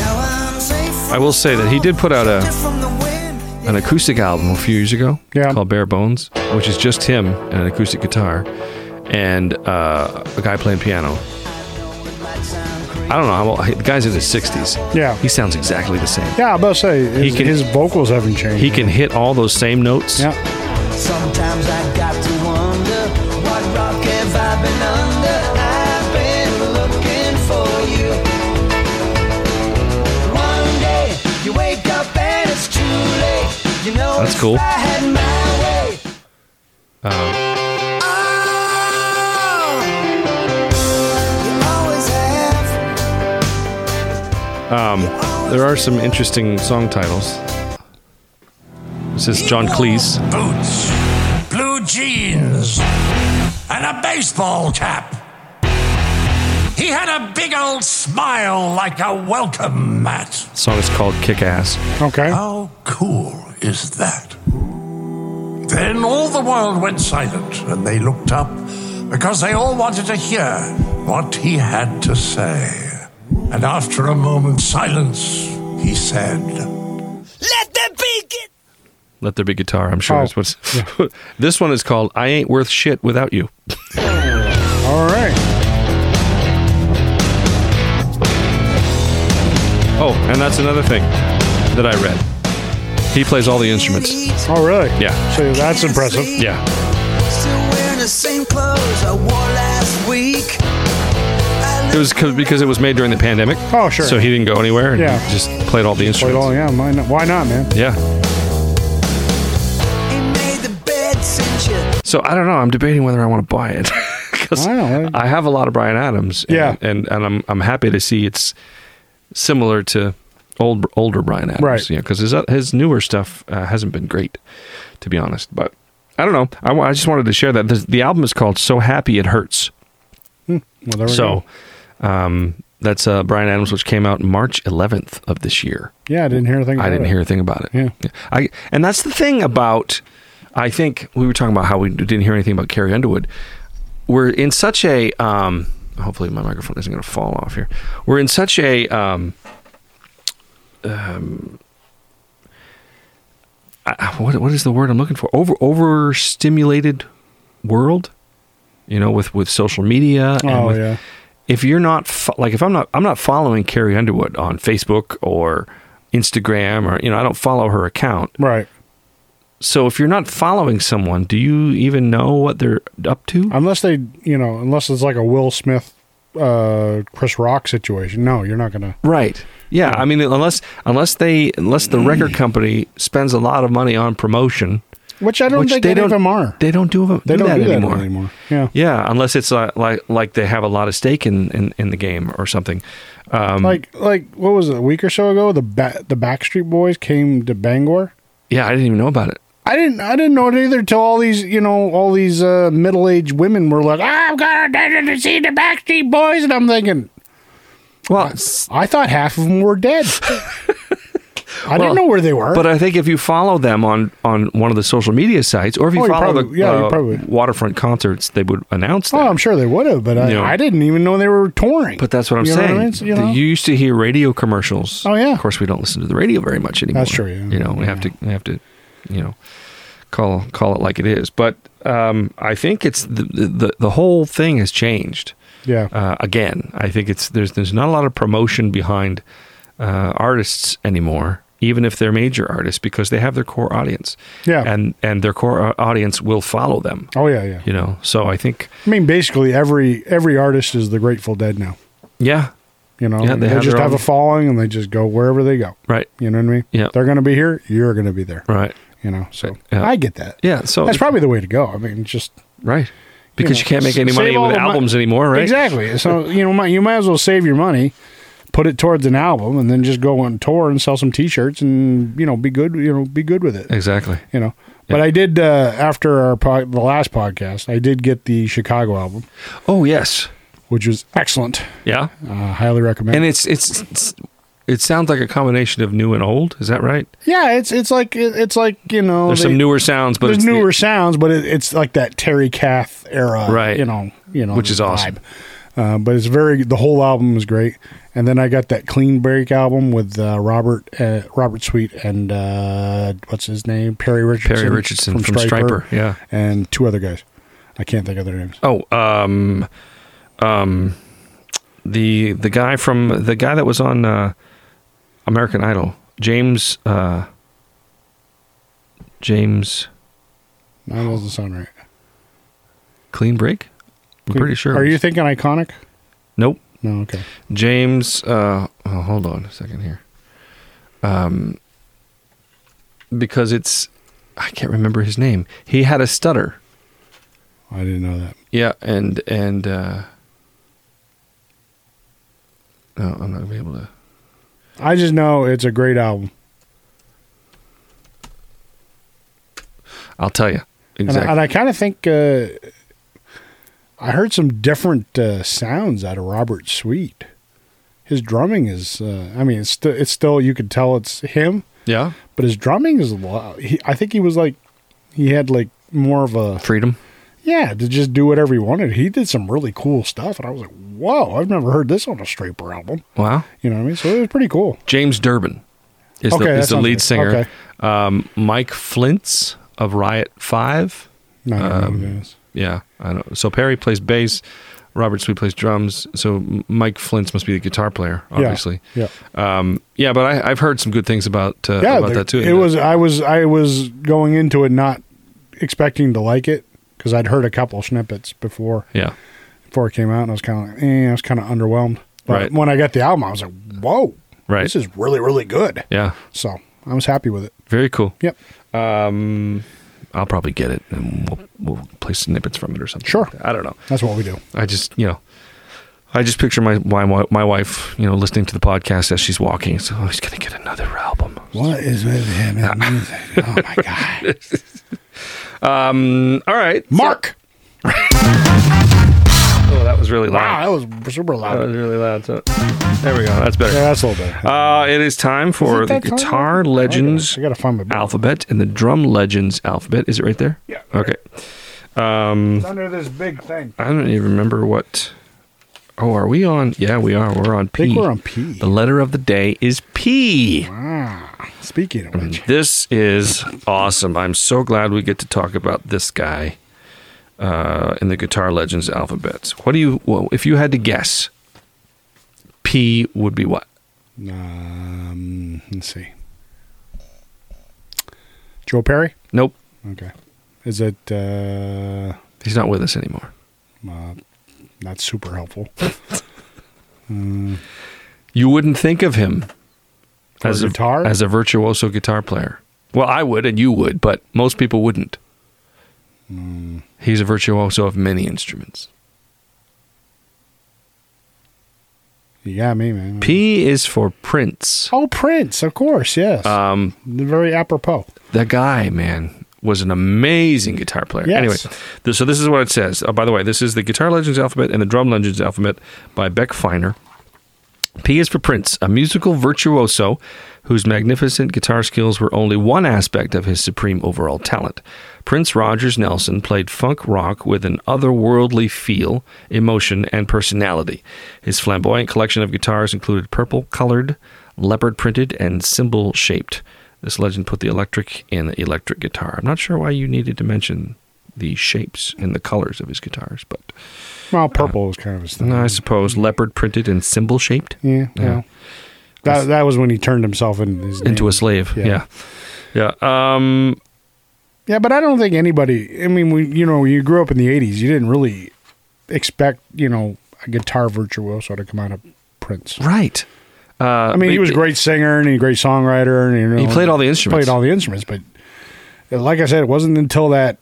Speaker 5: Now I'm safe.
Speaker 1: I will say that he did put out a
Speaker 5: from the wind.
Speaker 1: an acoustic album a few years ago
Speaker 4: Yeah.
Speaker 1: called Bare Bones, which is just him and an acoustic guitar and uh, a guy playing piano. I don't know how old, the guy's in his 60s.
Speaker 4: Yeah.
Speaker 1: He sounds exactly the same.
Speaker 4: Yeah, I about to say his,
Speaker 1: can-
Speaker 4: his vocals haven't changed.
Speaker 1: He can hit all those same notes.
Speaker 4: Yeah,
Speaker 5: Sometimes I got to wonder what rock have I been under? I've been looking for you. One day you wake up and it's too late. You know
Speaker 1: That's
Speaker 5: if
Speaker 1: cool.
Speaker 5: I had my way. Oh, you always have.
Speaker 1: There are some interesting song titles. This is John Cleese.
Speaker 6: boots, blue jeans, and a baseball cap. He had a big old smile like a welcome mat.
Speaker 1: The song is called Kick Ass.
Speaker 4: okay.
Speaker 6: How cool is that? Then all the world went silent and they looked up because they all wanted to hear what he had to say. And after a moment's silence, he said,
Speaker 5: Let the beat get.
Speaker 1: Let There Be Guitar, I'm sure
Speaker 4: Oh,
Speaker 1: is what's. *laughs* this one is called I Ain't Worth Shit Without You.
Speaker 4: All right.
Speaker 1: Oh, and that's another thing that I read. He plays all the instruments.
Speaker 4: Oh, really?
Speaker 1: Yeah.
Speaker 4: So that's impressive.
Speaker 1: Yeah.
Speaker 5: Still wearing the same clothes I wore last week.
Speaker 1: It was 'cause- because it was made during the pandemic.
Speaker 4: Oh, sure.
Speaker 1: So he didn't go anywhere and
Speaker 4: Yeah.
Speaker 1: he just played all the
Speaker 4: But,
Speaker 1: instruments.
Speaker 4: oh, yeah. Why not? Why not, man?
Speaker 1: yeah.
Speaker 5: He made the bed since you
Speaker 1: So I don't know. I'm debating whether I want to buy it *laughs* because
Speaker 4: I know.
Speaker 1: I have a lot of Brian Adams. And,
Speaker 4: Yeah.
Speaker 1: and and I'm I'm happy to see it's similar to old older Brian Adams.
Speaker 4: Right.
Speaker 1: Yeah, because his his newer stuff uh, hasn't been great, to be honest. But I don't know. I, wa- I just wanted to share that the, the album is called "So Happy It Hurts."
Speaker 4: Well, there we
Speaker 1: So,
Speaker 4: go.
Speaker 1: um, that's uh, Brian Adams, which came out March 11th of this year.
Speaker 4: Yeah, I didn't hear a thing.
Speaker 1: I
Speaker 4: about
Speaker 1: didn't
Speaker 4: it.
Speaker 1: hear a thing about it.
Speaker 4: Yeah.
Speaker 1: I and that's the thing about I think we were talking about how we didn't hear anything about Carrie Underwood. We're in such a um hopefully my microphone isn't going to fall off here. We're in such a um um I, what what is the word I'm looking for? Over overstimulated world, you know, with with social media and
Speaker 4: Oh,
Speaker 1: with-
Speaker 4: yeah.
Speaker 1: if you're not fo- like if I'm not I'm not following Carrie Underwood on Facebook or Instagram or you know I don't follow her account.
Speaker 4: Right.
Speaker 1: So if you're not following someone, do you even know what they're up to?
Speaker 4: Unless they, you know, unless it's like a Will Smith, uh, Chris Rock situation. No, you're not gonna.
Speaker 1: right. Yeah, I mean unless unless they unless the record
Speaker 4: Mm.
Speaker 1: company spends a lot of money on promotion,
Speaker 4: Which I don't
Speaker 1: which
Speaker 4: think
Speaker 1: they
Speaker 4: any
Speaker 1: don't
Speaker 4: of them are.
Speaker 1: they don't do,
Speaker 4: They
Speaker 1: do
Speaker 4: don't
Speaker 1: that
Speaker 4: do
Speaker 1: anymore.
Speaker 4: that anymore. Yeah.
Speaker 1: Yeah, unless it's like like, like they have a lot of stake in, in, in the game or something.
Speaker 4: Like, like what was it? A week or so ago, the ba- the Backstreet Boys came to Bangor.
Speaker 1: Yeah, I didn't even know about it.
Speaker 4: I didn't I didn't know it either till all these you know all these uh, middle aged women were like "Ah, I'm gonna date to see the Backstreet Boys and I'm thinking
Speaker 1: Well, it's-
Speaker 4: I thought half of them were
Speaker 1: *laughs*
Speaker 4: dead. I didn't know where they were.
Speaker 1: But I think if you follow them on, on one of the social media sites, or if you
Speaker 4: Oh, you
Speaker 1: follow the
Speaker 4: probably- yeah, you
Speaker 1: uh,
Speaker 4: probably-
Speaker 1: waterfront concerts, they would announce that.
Speaker 4: oh, I'm sure they would have, but I,
Speaker 1: Yeah.
Speaker 4: I didn't even know they were touring.
Speaker 1: but that's what I'm
Speaker 4: You know
Speaker 1: saying.
Speaker 4: I mean? So, you
Speaker 1: The-
Speaker 4: know?
Speaker 1: you used to hear radio commercials.
Speaker 4: Oh, yeah.
Speaker 1: Of course, we don't listen to the radio very much anymore.
Speaker 4: true, yeah.
Speaker 1: You know, we have to we have to, you know, call call it like it is. But um, I think it's the, the the- the whole thing has changed.
Speaker 4: yeah,
Speaker 1: uh, again. I think it's there's there's not a lot of promotion behind uh, artists anymore, even if they're major artists, because they have their core audience.
Speaker 4: Yeah.
Speaker 1: and and their core au- audience will follow them.
Speaker 4: oh yeah, yeah.
Speaker 1: You know, so I think
Speaker 4: I mean, basically every every artist is the Grateful Dead now.
Speaker 1: yeah,
Speaker 4: You know,
Speaker 1: Yeah, they
Speaker 4: they,
Speaker 1: have
Speaker 4: just
Speaker 1: their
Speaker 4: have
Speaker 1: own-
Speaker 4: a following and they just go wherever they go.
Speaker 1: right,
Speaker 4: You know what I mean?
Speaker 1: Yeah.
Speaker 4: they're gonna be here. You're gonna be there.
Speaker 1: right,
Speaker 4: You know, so
Speaker 1: Yeah.
Speaker 4: I get that.
Speaker 1: yeah. So
Speaker 4: that's probably the way to go. I mean, just
Speaker 1: right because you,
Speaker 4: know,
Speaker 1: can't make any
Speaker 4: s-
Speaker 1: money
Speaker 4: save all
Speaker 1: with
Speaker 4: the mon-
Speaker 1: albums anymore, right?
Speaker 4: Exactly. So you know, mi- you might as well save your money, put it towards an album, and then just go on tour and sell some T-shirts, and you know, be good. You know, be good with it.
Speaker 1: Exactly.
Speaker 4: You know. But I did uh, after our po- the last podcast, I did get the Chicago album,
Speaker 1: Oh yes,
Speaker 4: which was excellent.
Speaker 1: yeah.
Speaker 4: Uh, highly recommend.
Speaker 1: And it's it's. it's it sounds like a combination of new and old. Is that right?
Speaker 4: yeah, it's it's like it, it's like you know,
Speaker 1: There's
Speaker 4: they-
Speaker 1: some newer sounds, but
Speaker 4: there's
Speaker 1: it's the-
Speaker 4: newer sounds, but it, it's like that Terry Kath era,
Speaker 1: Right.
Speaker 4: You know, you know,
Speaker 1: Which is awesome.
Speaker 4: vibe. Uh, but it's very the whole album is great. And then I got that Clean Break album with uh, Robert uh, Robert Sweet and uh, what's his name Perry Richardson.
Speaker 1: Perry Richardson from, Striper. Yeah.
Speaker 4: and two other guys. I can't think of their names.
Speaker 1: Oh, um, um, the the guy from the guy that was on uh, American Idol, James. Uh, James
Speaker 4: That doesn't sound right.
Speaker 1: Clean Break. I'm pretty sure.
Speaker 4: Are you thinking iconic?
Speaker 1: Nope.
Speaker 4: No, okay.
Speaker 1: James. Uh, oh, hold on a second here. Um, because it's I can't remember his name. He had a stutter.
Speaker 4: I didn't know that.
Speaker 1: Yeah, and and uh, no, I'm not gonna be able to.
Speaker 4: I just know it's a great album.
Speaker 1: I'll tell you
Speaker 4: And I-
Speaker 1: exactly.
Speaker 4: And I, kind of think uh, I heard some different uh, sounds out of Robert Sweet. His drumming is, uh, I mean, it's, st- it's still, you could tell it's him,
Speaker 1: yeah,
Speaker 4: but his drumming is, a lot- he, I think he was like, he had like more of a,
Speaker 1: freedom.
Speaker 4: yeah, to just do whatever he wanted. He did some really cool stuff. And I was like, whoa, I've never heard this on a Striper album.
Speaker 1: Wow.
Speaker 4: You know what I mean? So it was pretty cool.
Speaker 1: James Durbin is
Speaker 4: Okay,
Speaker 1: the
Speaker 4: that
Speaker 1: is the
Speaker 4: sounds
Speaker 1: lead
Speaker 4: good.
Speaker 1: singer.
Speaker 4: Okay.
Speaker 1: Um, Mike Flint's of Riot Five.
Speaker 4: No, I
Speaker 1: Um,
Speaker 4: don't know who it is.
Speaker 1: Yeah, I don't. So Perry plays bass. Robert Sweet plays drums. So M- Mike Flint's must be the guitar player, obviously.
Speaker 4: Yeah.
Speaker 1: Um, yeah, but I, I've heard some good things about uh,
Speaker 4: yeah,
Speaker 1: about
Speaker 4: there-
Speaker 1: that too.
Speaker 4: It was I was I was going into it not expecting to like it because I'd heard a couple snippets before
Speaker 1: Yeah.
Speaker 4: before it came out, and I was kind of like, eh, I was kind of underwhelmed. But
Speaker 1: Right.
Speaker 4: when I got the album, I was like, whoa,
Speaker 1: Right.
Speaker 4: this is really really good.
Speaker 1: Yeah.
Speaker 4: So I was happy with it.
Speaker 1: Very cool.
Speaker 4: Yep.
Speaker 1: I'll probably get it, and we'll, we'll play snippets from it or something.
Speaker 4: Sure.
Speaker 1: like that. I don't know.
Speaker 4: That's what we do.
Speaker 1: I just you know, I just picture my my wi- my wife you know listening to the podcast as she's walking. So oh, he's gonna get another album.
Speaker 4: What is with him
Speaker 1: *laughs*
Speaker 4: and music? Oh my god,
Speaker 1: Mm, all right,
Speaker 4: *laughs* Mark!
Speaker 1: Oh, that was really loud.
Speaker 4: Wow, that was super
Speaker 1: That
Speaker 4: loud.
Speaker 1: was really loud. So there we go. That's
Speaker 4: Yeah,
Speaker 1: better.
Speaker 4: that's a little better.
Speaker 1: Uh, it is time for
Speaker 4: Is it
Speaker 1: the
Speaker 4: that time?
Speaker 1: guitar legends
Speaker 4: I gotta find my.
Speaker 1: alphabet and the drum legends alphabet. Is it right there?
Speaker 4: Yeah.
Speaker 1: Okay. Um,
Speaker 4: It's under this big thing.
Speaker 1: I don't even remember what. Oh, are we on? Yeah, we are. We're on
Speaker 4: I think
Speaker 1: P.
Speaker 4: we're on P.
Speaker 1: The letter of the day is P.
Speaker 4: Speaking
Speaker 1: Mm-hmm.
Speaker 4: of which,
Speaker 1: This is awesome. I'm so glad we get to talk about this guy uh, in the Guitar Legends alphabets. What do you, well, if you had to guess, P would be what?
Speaker 4: Um, let's see. Joe Perry.
Speaker 1: Nope,
Speaker 4: Okay. Is it uh,
Speaker 1: he's not with us anymore.
Speaker 4: not super helpful?
Speaker 1: You wouldn't think of him as a
Speaker 4: guitar?
Speaker 1: as a virtuoso guitar player. Well, I would, and you would, but most people wouldn't. He's a virtuoso of many instruments.
Speaker 4: You got me, man.
Speaker 1: P is for Prince.
Speaker 4: oh, Prince, of course. Yes.
Speaker 1: Um,
Speaker 4: Very apropos.
Speaker 1: that guy, man, was an amazing guitar player.
Speaker 4: Yes.
Speaker 1: Anyway, th- so this is what it says. Oh, by the way, this is the Guitar Legends Alphabet and the Drum Legends Alphabet by Beck Feiner. P is for Prince, a musical virtuoso whose magnificent guitar skills were only one aspect of his supreme overall talent. Prince Rogers Nelson played funk rock with an otherworldly feel, emotion, and personality. His flamboyant collection of guitars included purple colored, leopard printed, and cymbal shaped. This legend put the electric in the electric guitar. I'm not sure why you needed to mention the shapes and the colors of his guitars, but uh,
Speaker 4: Well, purple was kind of his thing.
Speaker 1: I suppose leopard printed and cymbal shaped.
Speaker 4: yeah. yeah. That that was when he turned himself in his
Speaker 1: into
Speaker 4: name.
Speaker 1: a slave. Yeah.
Speaker 4: Yeah.
Speaker 1: yeah, Um,
Speaker 4: Yeah, but I don't think anybody. I mean, we you know, when you grew up in the '80s, you didn't really expect you know a guitar virtuoso to come out of Prince.
Speaker 1: right. Uh,
Speaker 4: I mean, he was a great singer and he was a great songwriter, and you know,
Speaker 1: He played all the instruments.
Speaker 4: Played all the instruments, but uh, like I said, it wasn't until that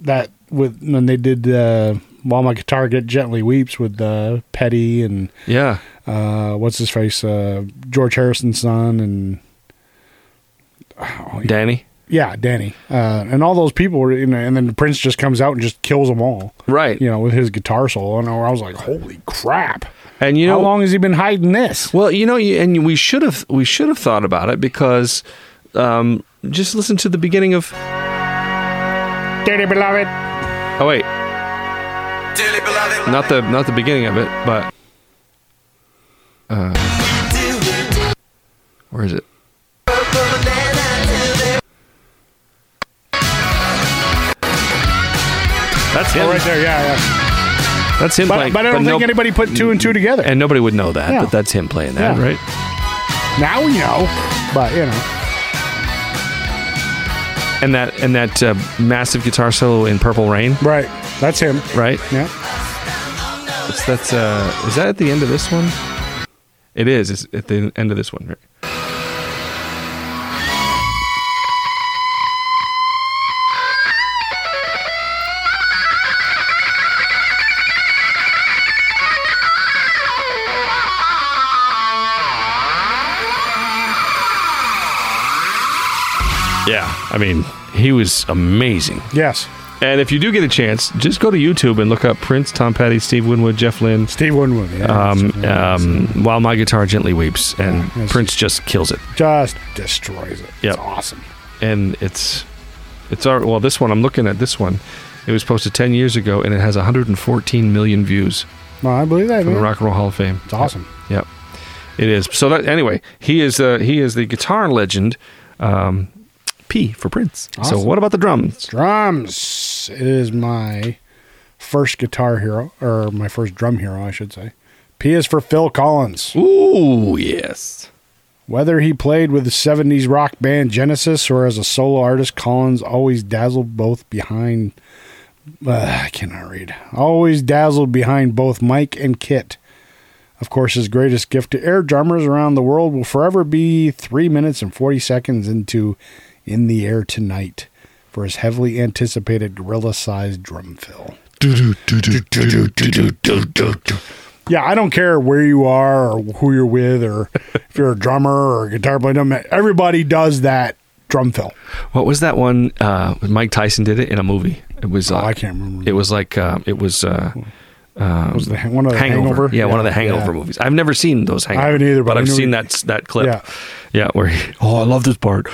Speaker 4: that with when they did uh, "While My Guitar Get Gently Weeps" with uh, Petty and
Speaker 1: Yeah.
Speaker 4: uh, what's his face, uh, George Harrison's son, and
Speaker 1: Danny.
Speaker 4: Oh, yeah, Danny, uh, and all those people were, you know, and then Prince just comes out and just kills them all,
Speaker 1: Right.
Speaker 4: You know, with his guitar solo, and I was like, holy crap!
Speaker 1: And you know,
Speaker 4: How long has he been hiding this?
Speaker 1: well, you know, you- and we should have we should have thought about it because um, just listen to the beginning of.
Speaker 4: Dearly beloved,
Speaker 1: Oh wait,
Speaker 7: Dearly beloved,
Speaker 1: Not the not the beginning of it, but uh, where is it? That's him.
Speaker 4: Oh, right there, yeah, yeah.
Speaker 1: That's him
Speaker 4: But,
Speaker 1: playing.
Speaker 4: but I don't think
Speaker 1: no-
Speaker 4: anybody put two and two together.
Speaker 1: and nobody would know that.
Speaker 4: Yeah.
Speaker 1: But that's him playing that,
Speaker 4: Yeah.
Speaker 1: right?
Speaker 4: now we know, but you know,
Speaker 1: And that and that uh, massive guitar solo in Purple Rain,
Speaker 4: right? That's him.
Speaker 1: right?
Speaker 4: Yeah,
Speaker 1: That's, that's uh, is that at the end of this one? It is. It's at the end of this one, right? Yeah, I mean, he was amazing.
Speaker 4: yes.
Speaker 1: And if you do get a chance, just go to YouTube and look up Prince, Tom Petty, Steve Winwood, Jeff Lynne.
Speaker 4: Steve Winwood. Yeah,
Speaker 1: Um, um, while my guitar gently weeps, and
Speaker 4: yes.
Speaker 1: Prince just kills it.
Speaker 4: just destroys it.
Speaker 1: Yep.
Speaker 4: It's awesome.
Speaker 1: And it's it's our well, this one I'm looking at this one. It was posted 10 years ago, and it has 114 million views
Speaker 4: No, I believe that.
Speaker 1: from the
Speaker 4: man.
Speaker 1: Rock and Roll Hall of Fame.
Speaker 4: It's awesome.
Speaker 1: Yep, it is. So that anyway, he is uh, he is the guitar legend. Um, P for Prince. So
Speaker 4: Awesome.
Speaker 1: what about the drums?
Speaker 4: Drums. It is my first guitar hero, or my first drum hero, I should say. P is for Phil Collins.
Speaker 1: Ooh, yes.
Speaker 4: Whether he played with the 70s rock band Genesis or as a solo artist, Collins always dazzled both behind. Ugh, I cannot read. Always dazzled behind both Mike and Kit. Of course, his greatest gift to air drummers around the world will forever be 3 minutes and 40 seconds into In the Air Tonight for his heavily anticipated gorilla sized drum fill. Yeah, I don't care where you are or who you're with or *laughs* if you're a drummer or a guitar player. doesn't matter. Everybody does that drum fill.
Speaker 1: What was that one? Uh, Mike Tyson did it in a movie. It was. Uh,
Speaker 4: Oh, I can't remember.
Speaker 1: It was like uh, it was. Uh,
Speaker 4: was the, one of the
Speaker 1: Hangover,
Speaker 4: hangover.
Speaker 1: Yeah, one of the Hangover
Speaker 4: yeah.
Speaker 1: movies. I've never seen those Hangover.
Speaker 4: haven't either, but
Speaker 1: but
Speaker 4: I
Speaker 1: I've
Speaker 4: knew
Speaker 1: seen
Speaker 4: we-
Speaker 1: that that clip.
Speaker 4: Yeah.
Speaker 1: Yeah, where he, oh, I love this part.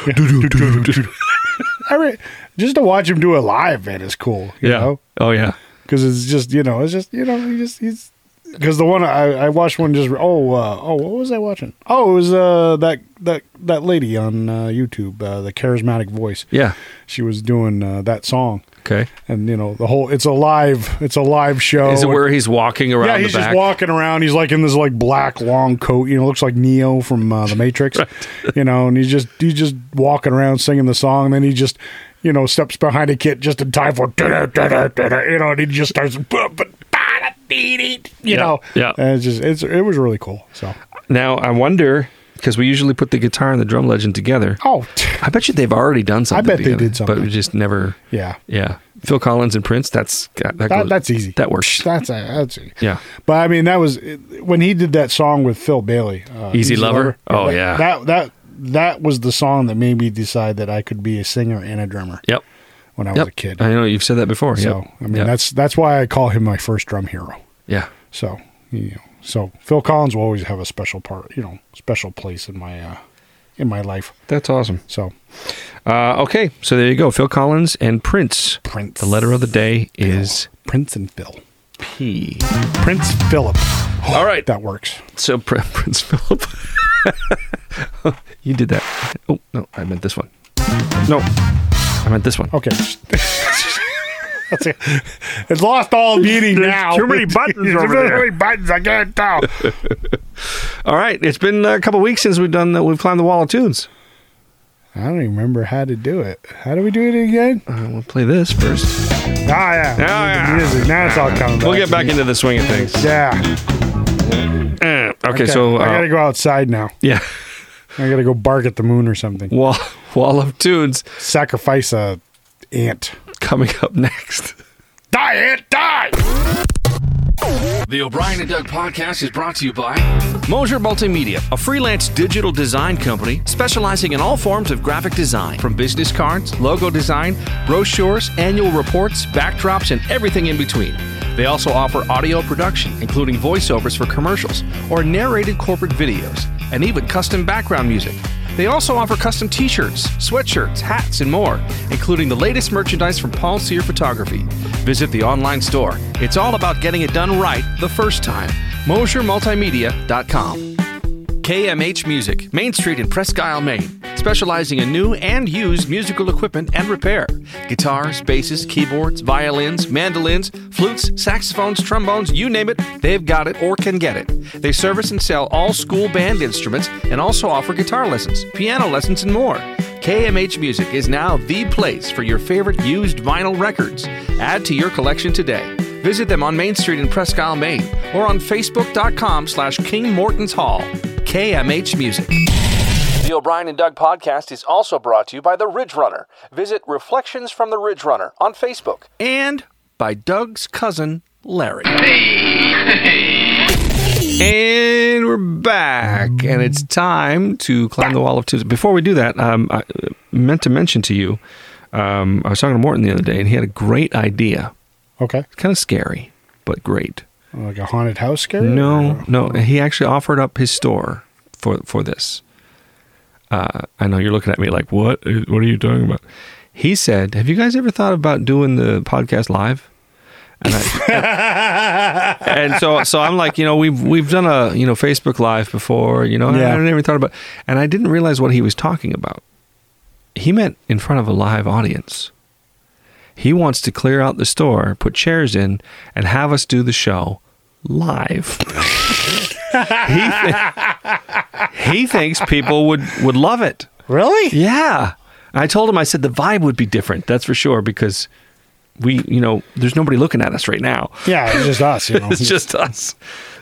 Speaker 4: Every, just to watch him do it live, man, is cool. You
Speaker 1: yeah,
Speaker 4: know?
Speaker 1: oh yeah,
Speaker 4: because it's just you know it's just you know he just he's because the one I, I watched one just oh uh, oh what was I watching oh it was uh that that that lady on uh, YouTube uh, the charismatic voice
Speaker 1: yeah.
Speaker 4: she was doing uh, that song
Speaker 1: Okay,
Speaker 4: and you know the whole it's a live it's a live show
Speaker 1: is it where he's walking around?
Speaker 4: Oh, yeah he's
Speaker 1: the back?
Speaker 4: just walking around he's like in this like black long coat you know looks like Neo from uh, the
Speaker 1: *laughs*
Speaker 4: Matrix you know and he's just he's just walking around singing the song and then he just you know steps behind a kid just in time for you know and he just starts *laughs* you know
Speaker 1: yeah.
Speaker 4: and it's just it's it was really cool so
Speaker 1: Now I wonder because we usually put the guitar and the drum legend together.
Speaker 4: oh
Speaker 1: I bet you they've already done something.
Speaker 4: bet they
Speaker 1: together,
Speaker 4: did something.
Speaker 1: but we just never.
Speaker 4: yeah
Speaker 1: Yeah, Phil Collins and Prince. That's that,
Speaker 4: that,
Speaker 1: that goes-
Speaker 4: that's easy
Speaker 1: That works.
Speaker 4: that's that's easy.
Speaker 1: Yeah.
Speaker 4: But I mean, that was when he did that song with Phil Bailey, uh,
Speaker 1: Easy Lover? Oh,
Speaker 4: that-
Speaker 1: yeah.
Speaker 4: that that that was the song that made me decide that I could be a singer and a drummer
Speaker 1: Yep.
Speaker 4: when I was
Speaker 1: Yep.
Speaker 4: a kid.
Speaker 1: I know you've said that before.
Speaker 4: so
Speaker 1: Yep.
Speaker 4: I mean,
Speaker 1: Yep.
Speaker 4: that's that's why I call him my first drum hero.
Speaker 1: yeah.
Speaker 4: So you know, so Phil Collins will always have a special part, you know, special place in my uh, in my life.
Speaker 1: That's awesome.
Speaker 4: So
Speaker 1: Uh, okay, so there you go. Phil Collins and Prince.
Speaker 4: Prince.
Speaker 1: The letter of the day is
Speaker 4: Prince and Phil,
Speaker 1: P.
Speaker 4: Prince Philip.
Speaker 1: All right.
Speaker 4: That works.
Speaker 1: So Pr- *laughs* Prince Philip. you did that. Oh, no, I meant this one. No, Oh. I meant this one.
Speaker 4: Okay. That's it. It's lost all meaning now.
Speaker 1: too many buttons
Speaker 4: *laughs* There's
Speaker 1: over
Speaker 4: too
Speaker 1: there.
Speaker 4: many buttons. I can't tell. Ah,
Speaker 1: All right, it's been a couple weeks since we've done that. We've climbed the wall of tunes.
Speaker 4: I don't even remember how to do it. How do we do it again? Ah,
Speaker 1: Uh, we'll play this first.
Speaker 4: yeah. We
Speaker 1: yeah.
Speaker 4: need the music. Now it's all coming back.
Speaker 1: We'll get
Speaker 4: to
Speaker 1: back
Speaker 4: me.
Speaker 1: into the swing of things.
Speaker 4: Yeah.
Speaker 1: Eh, Okay, so
Speaker 4: I
Speaker 1: uh,
Speaker 4: gotta go outside now.
Speaker 1: yeah, *laughs*
Speaker 4: I gotta go bark at the moon or something.
Speaker 1: wall wall of tunes
Speaker 4: Sacrifice a ant.
Speaker 1: coming up next.
Speaker 4: *laughs* Die ant, die!
Speaker 7: The O'Brien and Doug podcast is brought to you by
Speaker 8: Mosier Multimedia, a freelance digital design company specializing in all forms of graphic design, from business cards, logo design, brochures, annual reports, backdrops, and everything in between. They also offer audio production, including voiceovers for commercials or narrated corporate videos, and even custom background music. They also offer custom t shirts, sweatshirts, hats, and more, including the latest merchandise from Paul Sear Photography. Visit the online store. It's all about getting it done right the first time. MosierMultimedia.com. KMH Music, Main Street in Presque Isle, Maine, specializing in new and used musical equipment and repair. Guitars, basses, keyboards, violins, mandolins, flutes, saxophones, trombones, you name it, they've got it or can get it. They service and sell all school band instruments and also offer guitar lessons, piano lessons, and more. KMH Music is now the place for your favorite used vinyl records. Add to your collection today. Visit them on Main Street in Presque Isle, Maine, or on Facebook.com slash King Morton's Hall. KMH Music. The O'Brien and Doug podcast is also brought to you by The Ridge Runner. Visit Reflections from the Ridge Runner on Facebook and by Doug's cousin, Larry. And we're back, and it's time to climb the wall of twos.
Speaker 1: Before we do that, um, I uh, meant to mention to you, um, I was talking to Morton the other day, and he had a great idea.
Speaker 4: Okay.
Speaker 1: Kind of scary, but great.
Speaker 4: Like a haunted house scare?
Speaker 1: No, no. He actually offered up his store for for this. Uh, I know you're looking at me like, what? What are you talking about? He said, "Have you guys ever thought about doing the podcast live?" And, I, and so, so I'm like, you know, we've we've done a you know Facebook live before, you know, and I
Speaker 4: Yeah.
Speaker 1: never even thought about, and I didn't realize what he was talking about. He meant in front of a live audience. He wants to clear out the store, put chairs in, and have us do the show live. he, thi- he thinks people would, would love it.
Speaker 4: Really?
Speaker 1: Yeah. I told him, I said the vibe would be different. That's for sure because we, you know, there's nobody looking at us right now. *laughs*
Speaker 4: Yeah, it's just us. You know?
Speaker 1: It's just us.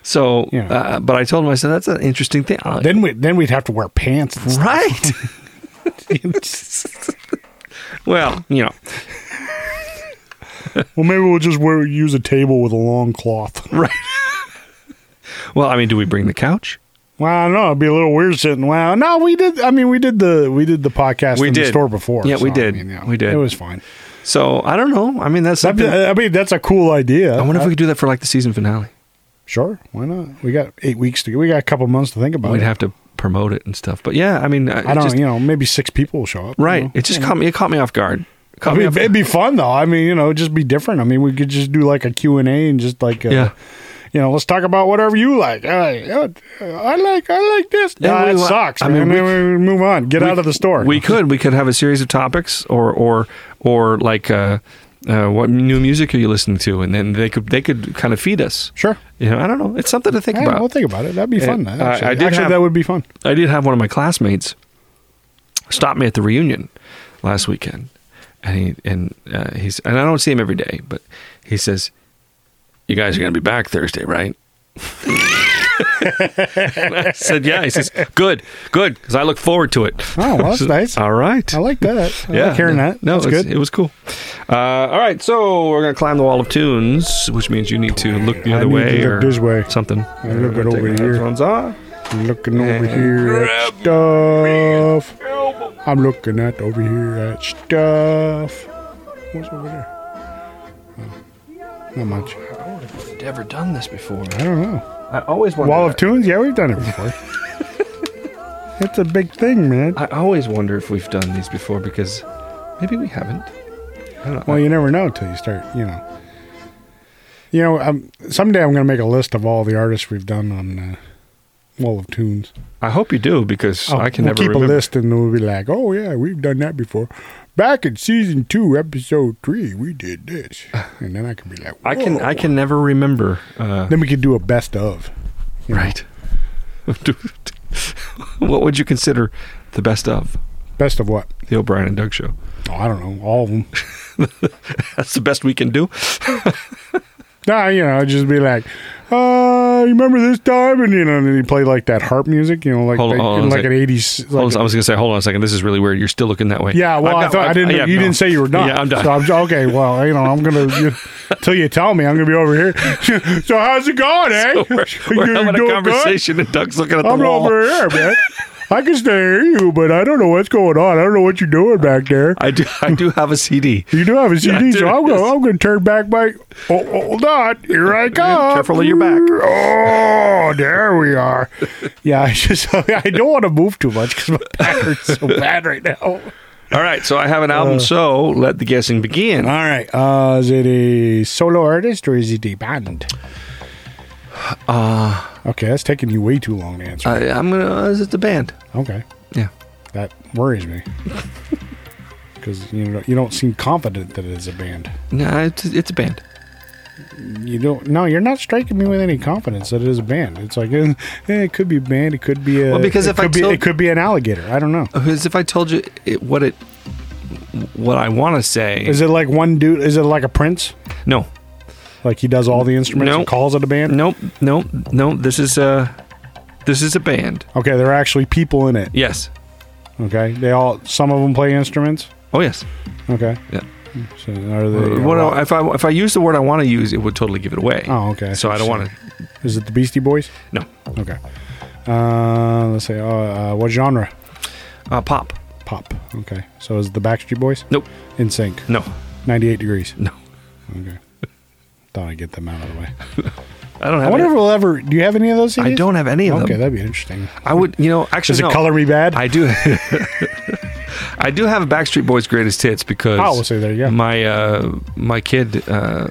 Speaker 1: So,
Speaker 4: Yeah.
Speaker 1: uh, but I told him, I said, that's an interesting thing. I'll-
Speaker 4: then we then we'd have to wear pants. and stuff.
Speaker 1: right. *laughs* well, you know,
Speaker 4: *laughs* Well, maybe we'll just wear use a table with a long cloth.
Speaker 1: right. *laughs* well, I mean, do we bring the couch?
Speaker 4: Well, I don't know. It'd be a little weird sitting. Wow. No, we did. I mean, we did the we did the podcast
Speaker 1: We
Speaker 4: in
Speaker 1: did.
Speaker 4: the store before.
Speaker 1: Yeah, we
Speaker 4: I
Speaker 1: did.
Speaker 4: mean, yeah,
Speaker 1: We did.
Speaker 4: It was fine.
Speaker 1: So I don't know. I mean, that's
Speaker 4: That,
Speaker 1: something.
Speaker 4: I mean, that's a uh, cool idea. Uh,
Speaker 1: I wonder if we could do that for like the season finale.
Speaker 4: Sure, why not? We got eight weeks to go. We got a couple months to think about
Speaker 1: We'd
Speaker 4: it.
Speaker 1: have to promote it and stuff. But yeah, I mean, uh,
Speaker 4: I don't,
Speaker 1: just,
Speaker 4: you know, maybe six people will show up. you
Speaker 1: right.
Speaker 4: know?
Speaker 1: It just caught me. It caught me off guard. It Caught
Speaker 4: I
Speaker 1: me
Speaker 4: mean,
Speaker 1: off
Speaker 4: it'd be fun though. I mean, you know, it'd just be different. I mean, we could just do like a Q and A and just like, uh,
Speaker 1: Yeah.
Speaker 4: you know, let's talk about whatever you like. I, I like, I like this.
Speaker 1: Yeah,
Speaker 4: Nah,
Speaker 1: we
Speaker 4: it
Speaker 1: wa-
Speaker 4: sucks.
Speaker 1: I
Speaker 4: I
Speaker 1: mean,
Speaker 4: mean,
Speaker 1: we-
Speaker 4: move on. Get out of the store.
Speaker 1: We could. We could have a series of topics, or or or like uh, uh, what new music are you listening to, and then they could they could kind of feed us.
Speaker 4: Sure.
Speaker 1: You know, I don't know. It's something to think
Speaker 4: Yeah,
Speaker 1: about.
Speaker 4: we'll think about it. That'd be fun.
Speaker 1: Uh,
Speaker 4: Actually,
Speaker 1: I- I did
Speaker 4: actually
Speaker 1: have-
Speaker 4: that would be fun.
Speaker 1: I did have one of my classmates stop me at the reunion last weekend, and he and uh, he's and I don't see him every day, but he says, "You guys are going to be back Thursday, right?" *laughs* And I said, "Yeah." He says, "Good, good," because I look forward to it.
Speaker 4: Oh, well, that's
Speaker 1: *laughs* So,
Speaker 4: nice.
Speaker 1: All right,
Speaker 4: I like
Speaker 1: *laughs*
Speaker 4: that. I like hearing
Speaker 1: no,
Speaker 4: that.
Speaker 1: No,
Speaker 4: that's
Speaker 1: it's-
Speaker 4: good.
Speaker 1: it was cool. Uh, all right, so we're gonna climb the wall of tunes, which means you need to look the
Speaker 4: I
Speaker 1: other
Speaker 4: need to
Speaker 1: way
Speaker 4: look
Speaker 1: or
Speaker 4: this way.
Speaker 1: something.
Speaker 4: I'm looking
Speaker 1: Take
Speaker 4: over
Speaker 1: my
Speaker 4: here.
Speaker 1: headphones off.
Speaker 4: I'm looking over here at stuff. I'm looking at over here at stuff. What's over there? Oh, not much.
Speaker 1: I've never done this before.
Speaker 4: I don't know.
Speaker 1: I always wonder.
Speaker 4: Wall of Tunes? Yeah, we've done it
Speaker 1: *laughs*
Speaker 4: before. it's a big thing, man.
Speaker 1: I always wonder if we've done these before because maybe we haven't. I don't know.
Speaker 4: Well, you never know until you start, you know. You know, um someday I'm going to make a list of all the artists we've done on uh, Wall of Tunes.
Speaker 1: I hope you do because
Speaker 4: I'll-
Speaker 1: I can
Speaker 4: Oh, we'll
Speaker 1: never
Speaker 4: keep
Speaker 1: remember.
Speaker 4: a list and we'll be like, oh yeah, we've done that before. Back in season two, episode three, we did
Speaker 1: *sighs*
Speaker 4: this, and then I can be like,
Speaker 1: I can.
Speaker 4: "Whoa."
Speaker 1: I can never remember. Uh,
Speaker 4: Then we could do a best of. you know.
Speaker 1: right. *laughs* what would you consider the best of
Speaker 4: Best of what?
Speaker 1: the O'Brien and Doug show?
Speaker 4: Oh, I don't know. All of them.
Speaker 1: That's the best we can do.
Speaker 4: *laughs* nah, you know, just be like, uh, you remember this time? And you know, and then he played like that harp music, you know, like
Speaker 1: Hold on,
Speaker 4: like,
Speaker 1: hold on a
Speaker 4: like
Speaker 1: sec.
Speaker 4: an eighties.
Speaker 1: Hold
Speaker 4: Like
Speaker 1: on, I was going to say, hold on a second. This is really weird. You're still looking that way.
Speaker 4: yeah, well,
Speaker 1: I'm
Speaker 4: I
Speaker 1: not-
Speaker 4: thought
Speaker 1: I'm-
Speaker 4: I didn't.
Speaker 1: yeah,
Speaker 4: you
Speaker 1: no.
Speaker 4: didn't say you were done.
Speaker 1: Yeah, I'm
Speaker 4: So
Speaker 1: done. *laughs*
Speaker 4: I'm, okay, well, you know, I'm gonna you, *laughs* till you tell me, I'm gonna be over here. *laughs* so how's it going, eh?
Speaker 1: *laughs* We're,
Speaker 4: *laughs* You
Speaker 1: we're having a
Speaker 4: doing good?
Speaker 1: conversation, and Doug's looking at the
Speaker 4: I'm
Speaker 1: wall.
Speaker 4: over here, man. I can still hear you, but I don't know what's going on. I don't know what you're doing back there.
Speaker 1: *laughs* I do. I do have a CD.
Speaker 4: *laughs* You do have a
Speaker 1: Yeah, I
Speaker 4: CD,
Speaker 1: do.
Speaker 4: so I'm going. I'm going to turn back my. Oh, hold on, here I come.
Speaker 1: Careful of your back.
Speaker 4: Oh, there we are. Yeah, *laughs* I just I don't want to move too much because my back hurts *laughs* so bad right now. All
Speaker 1: All right, so I have an
Speaker 4: Uh.
Speaker 1: album. so let the guessing begin.
Speaker 4: right, uh, is it a solo artist or is it a band? Uh, okay, that's taking you way too long to answer.
Speaker 1: I, I'm gonna. uh, Is it the band?
Speaker 4: okay,
Speaker 1: Yeah.
Speaker 4: that worries
Speaker 1: *laughs*
Speaker 4: me because you know you don't seem confident that it is a band.
Speaker 1: No, it's it's a band.
Speaker 4: You don't. No, you're not striking me with any confidence that it is a band. It's like *laughs* eh, eh, it could be a band. It could be a.
Speaker 1: Well, because
Speaker 4: it
Speaker 1: if I
Speaker 4: could be,
Speaker 1: told-
Speaker 4: it could be an alligator. I don't know.
Speaker 1: Oh, As if I told you it, what it, what I want to say.
Speaker 4: Is it like one dude? Is it like a Prince?
Speaker 1: no,
Speaker 4: Like he does all the instruments
Speaker 1: No.
Speaker 4: and calls it a band?
Speaker 1: nope, nope, no. This is a, this is a band.
Speaker 4: Okay, there are actually people in it.
Speaker 1: Yes.
Speaker 4: Okay, they all. Some of them play instruments.
Speaker 1: Oh yes.
Speaker 4: Okay.
Speaker 1: Yeah.
Speaker 4: So are they?
Speaker 1: Uh, what I- if I if I use the word I want to use, it would totally give it away.
Speaker 4: Oh, okay.
Speaker 1: So I don't want to.
Speaker 4: Is it the Beastie Boys?
Speaker 1: No.
Speaker 4: Okay. Uh, let's say. Uh, uh, what genre?
Speaker 1: Uh, pop.
Speaker 4: Pop. Okay. So is it the Backstreet Boys?
Speaker 1: Nope.
Speaker 4: In Sync.
Speaker 1: No.
Speaker 4: Ninety-eight degrees.
Speaker 1: No. *laughs*
Speaker 4: Okay. Thought I'd get them out of the way.
Speaker 1: I don't
Speaker 4: I
Speaker 1: have.
Speaker 4: wonder if
Speaker 1: any-
Speaker 4: we'll ever. Do you have any of those? CDs?
Speaker 1: I don't have any of
Speaker 4: Okay,
Speaker 1: them.
Speaker 4: that'd be interesting.
Speaker 1: I would. You know, actually,
Speaker 4: Does it
Speaker 1: no.
Speaker 4: color me bad?
Speaker 1: I do. *laughs* I do have Backstreet Boys' greatest hits because
Speaker 4: Oh, well, so there you go.
Speaker 1: My uh, my kid, uh,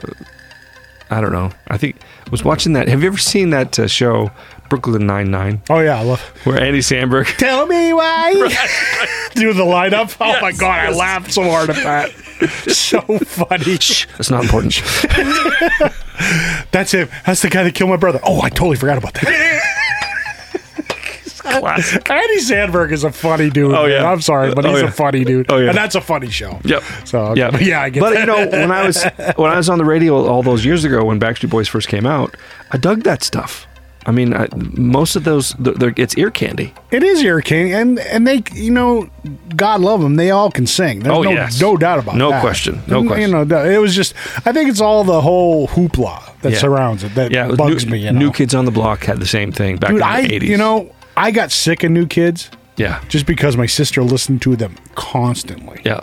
Speaker 1: I don't know. I think was watching that. Have you ever seen that uh, show Brooklyn Nine Nine,
Speaker 4: oh yeah, I
Speaker 1: *laughs*
Speaker 4: love.
Speaker 1: where Andy Samberg?
Speaker 4: Tell me *laughs* why. Do the lineup. Oh my god, I laughed so hard at
Speaker 1: *laughs*
Speaker 4: that. so funny.
Speaker 1: That's not important. *laughs*
Speaker 4: That's him. That's the guy that killed my brother. Oh, I totally forgot about that.
Speaker 1: *laughs* Classic.
Speaker 4: Andy Sandberg is a funny dude.
Speaker 1: Oh, yeah.
Speaker 4: man. I'm sorry, but
Speaker 1: Oh,
Speaker 4: he's
Speaker 1: yeah.
Speaker 4: a funny dude.
Speaker 1: Oh, yeah.
Speaker 4: And that's a funny show.
Speaker 1: Yep.
Speaker 4: So okay.
Speaker 1: yeah,
Speaker 4: but *laughs* yeah, I get
Speaker 1: But
Speaker 4: that.
Speaker 1: you know, when I was when I was on the radio all those years ago, when Backstreet Boys first came out, I dug that stuff. I mean, I, most of those, they're, they're- it's ear candy.
Speaker 4: It is your king, and and they, you know, God love them. They all can sing. There's
Speaker 1: Oh,
Speaker 4: no,
Speaker 1: yes.
Speaker 4: no doubt about
Speaker 1: No
Speaker 4: that.
Speaker 1: question. No
Speaker 4: And,
Speaker 1: question.
Speaker 4: You know, it was just. I think it's all the whole hoopla that
Speaker 1: Yeah.
Speaker 4: surrounds it that
Speaker 1: Yeah, it was
Speaker 4: bugs
Speaker 1: new,
Speaker 4: me. You know?
Speaker 1: New Kids on the Block had the same thing back
Speaker 4: dude.
Speaker 1: in the
Speaker 4: I,
Speaker 1: eighties.
Speaker 4: you know, I got sick of New Kids
Speaker 1: yeah,
Speaker 4: just because my sister listened to them constantly.
Speaker 1: yeah.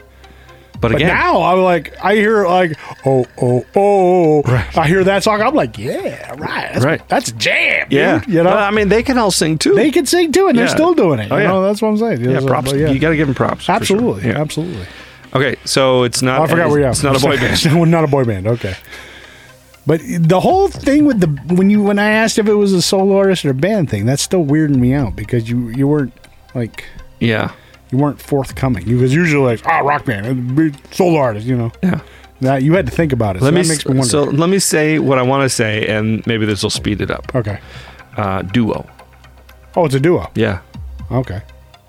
Speaker 1: But
Speaker 4: But
Speaker 1: again,
Speaker 4: now I'm like, I hear like, oh, oh, oh.
Speaker 1: Right.
Speaker 4: I hear that song. I'm like, yeah, right. That's,
Speaker 1: Right.
Speaker 4: That's a jam.
Speaker 1: yeah,
Speaker 4: dude, you know,
Speaker 1: But, I mean, they can all sing too.
Speaker 4: they can sing too, and
Speaker 1: Yeah.
Speaker 4: they're still doing it.
Speaker 1: Oh,
Speaker 4: you
Speaker 1: yeah.
Speaker 4: know, that's what I'm saying.
Speaker 1: yeah,
Speaker 4: So,
Speaker 1: props.
Speaker 4: but yeah.
Speaker 1: You got to give them props. for sure.
Speaker 4: Absolutely,
Speaker 1: Yeah.
Speaker 4: absolutely.
Speaker 1: Okay, so it's not.
Speaker 4: Oh, I forgot where you are.
Speaker 1: It's not a
Speaker 4: *laughs*
Speaker 1: boy band.
Speaker 4: We're not a boy band. Okay. But the whole thing with the when you when I asked if it was a solo artist or a band thing, that's still weirding me out because you you weren't like
Speaker 1: Yeah,
Speaker 4: you weren't forthcoming. You was usually like ah rock band, and be solo artist, you know.
Speaker 1: yeah.
Speaker 4: That you had to think about it. so
Speaker 1: Let me
Speaker 4: that makes me
Speaker 1: s-
Speaker 4: wonder.
Speaker 1: so let me say what I want to say, and maybe this will speed it up.
Speaker 4: okay.
Speaker 1: Uh, duo.
Speaker 4: Oh, it's a duo.
Speaker 1: Yeah.
Speaker 4: Okay.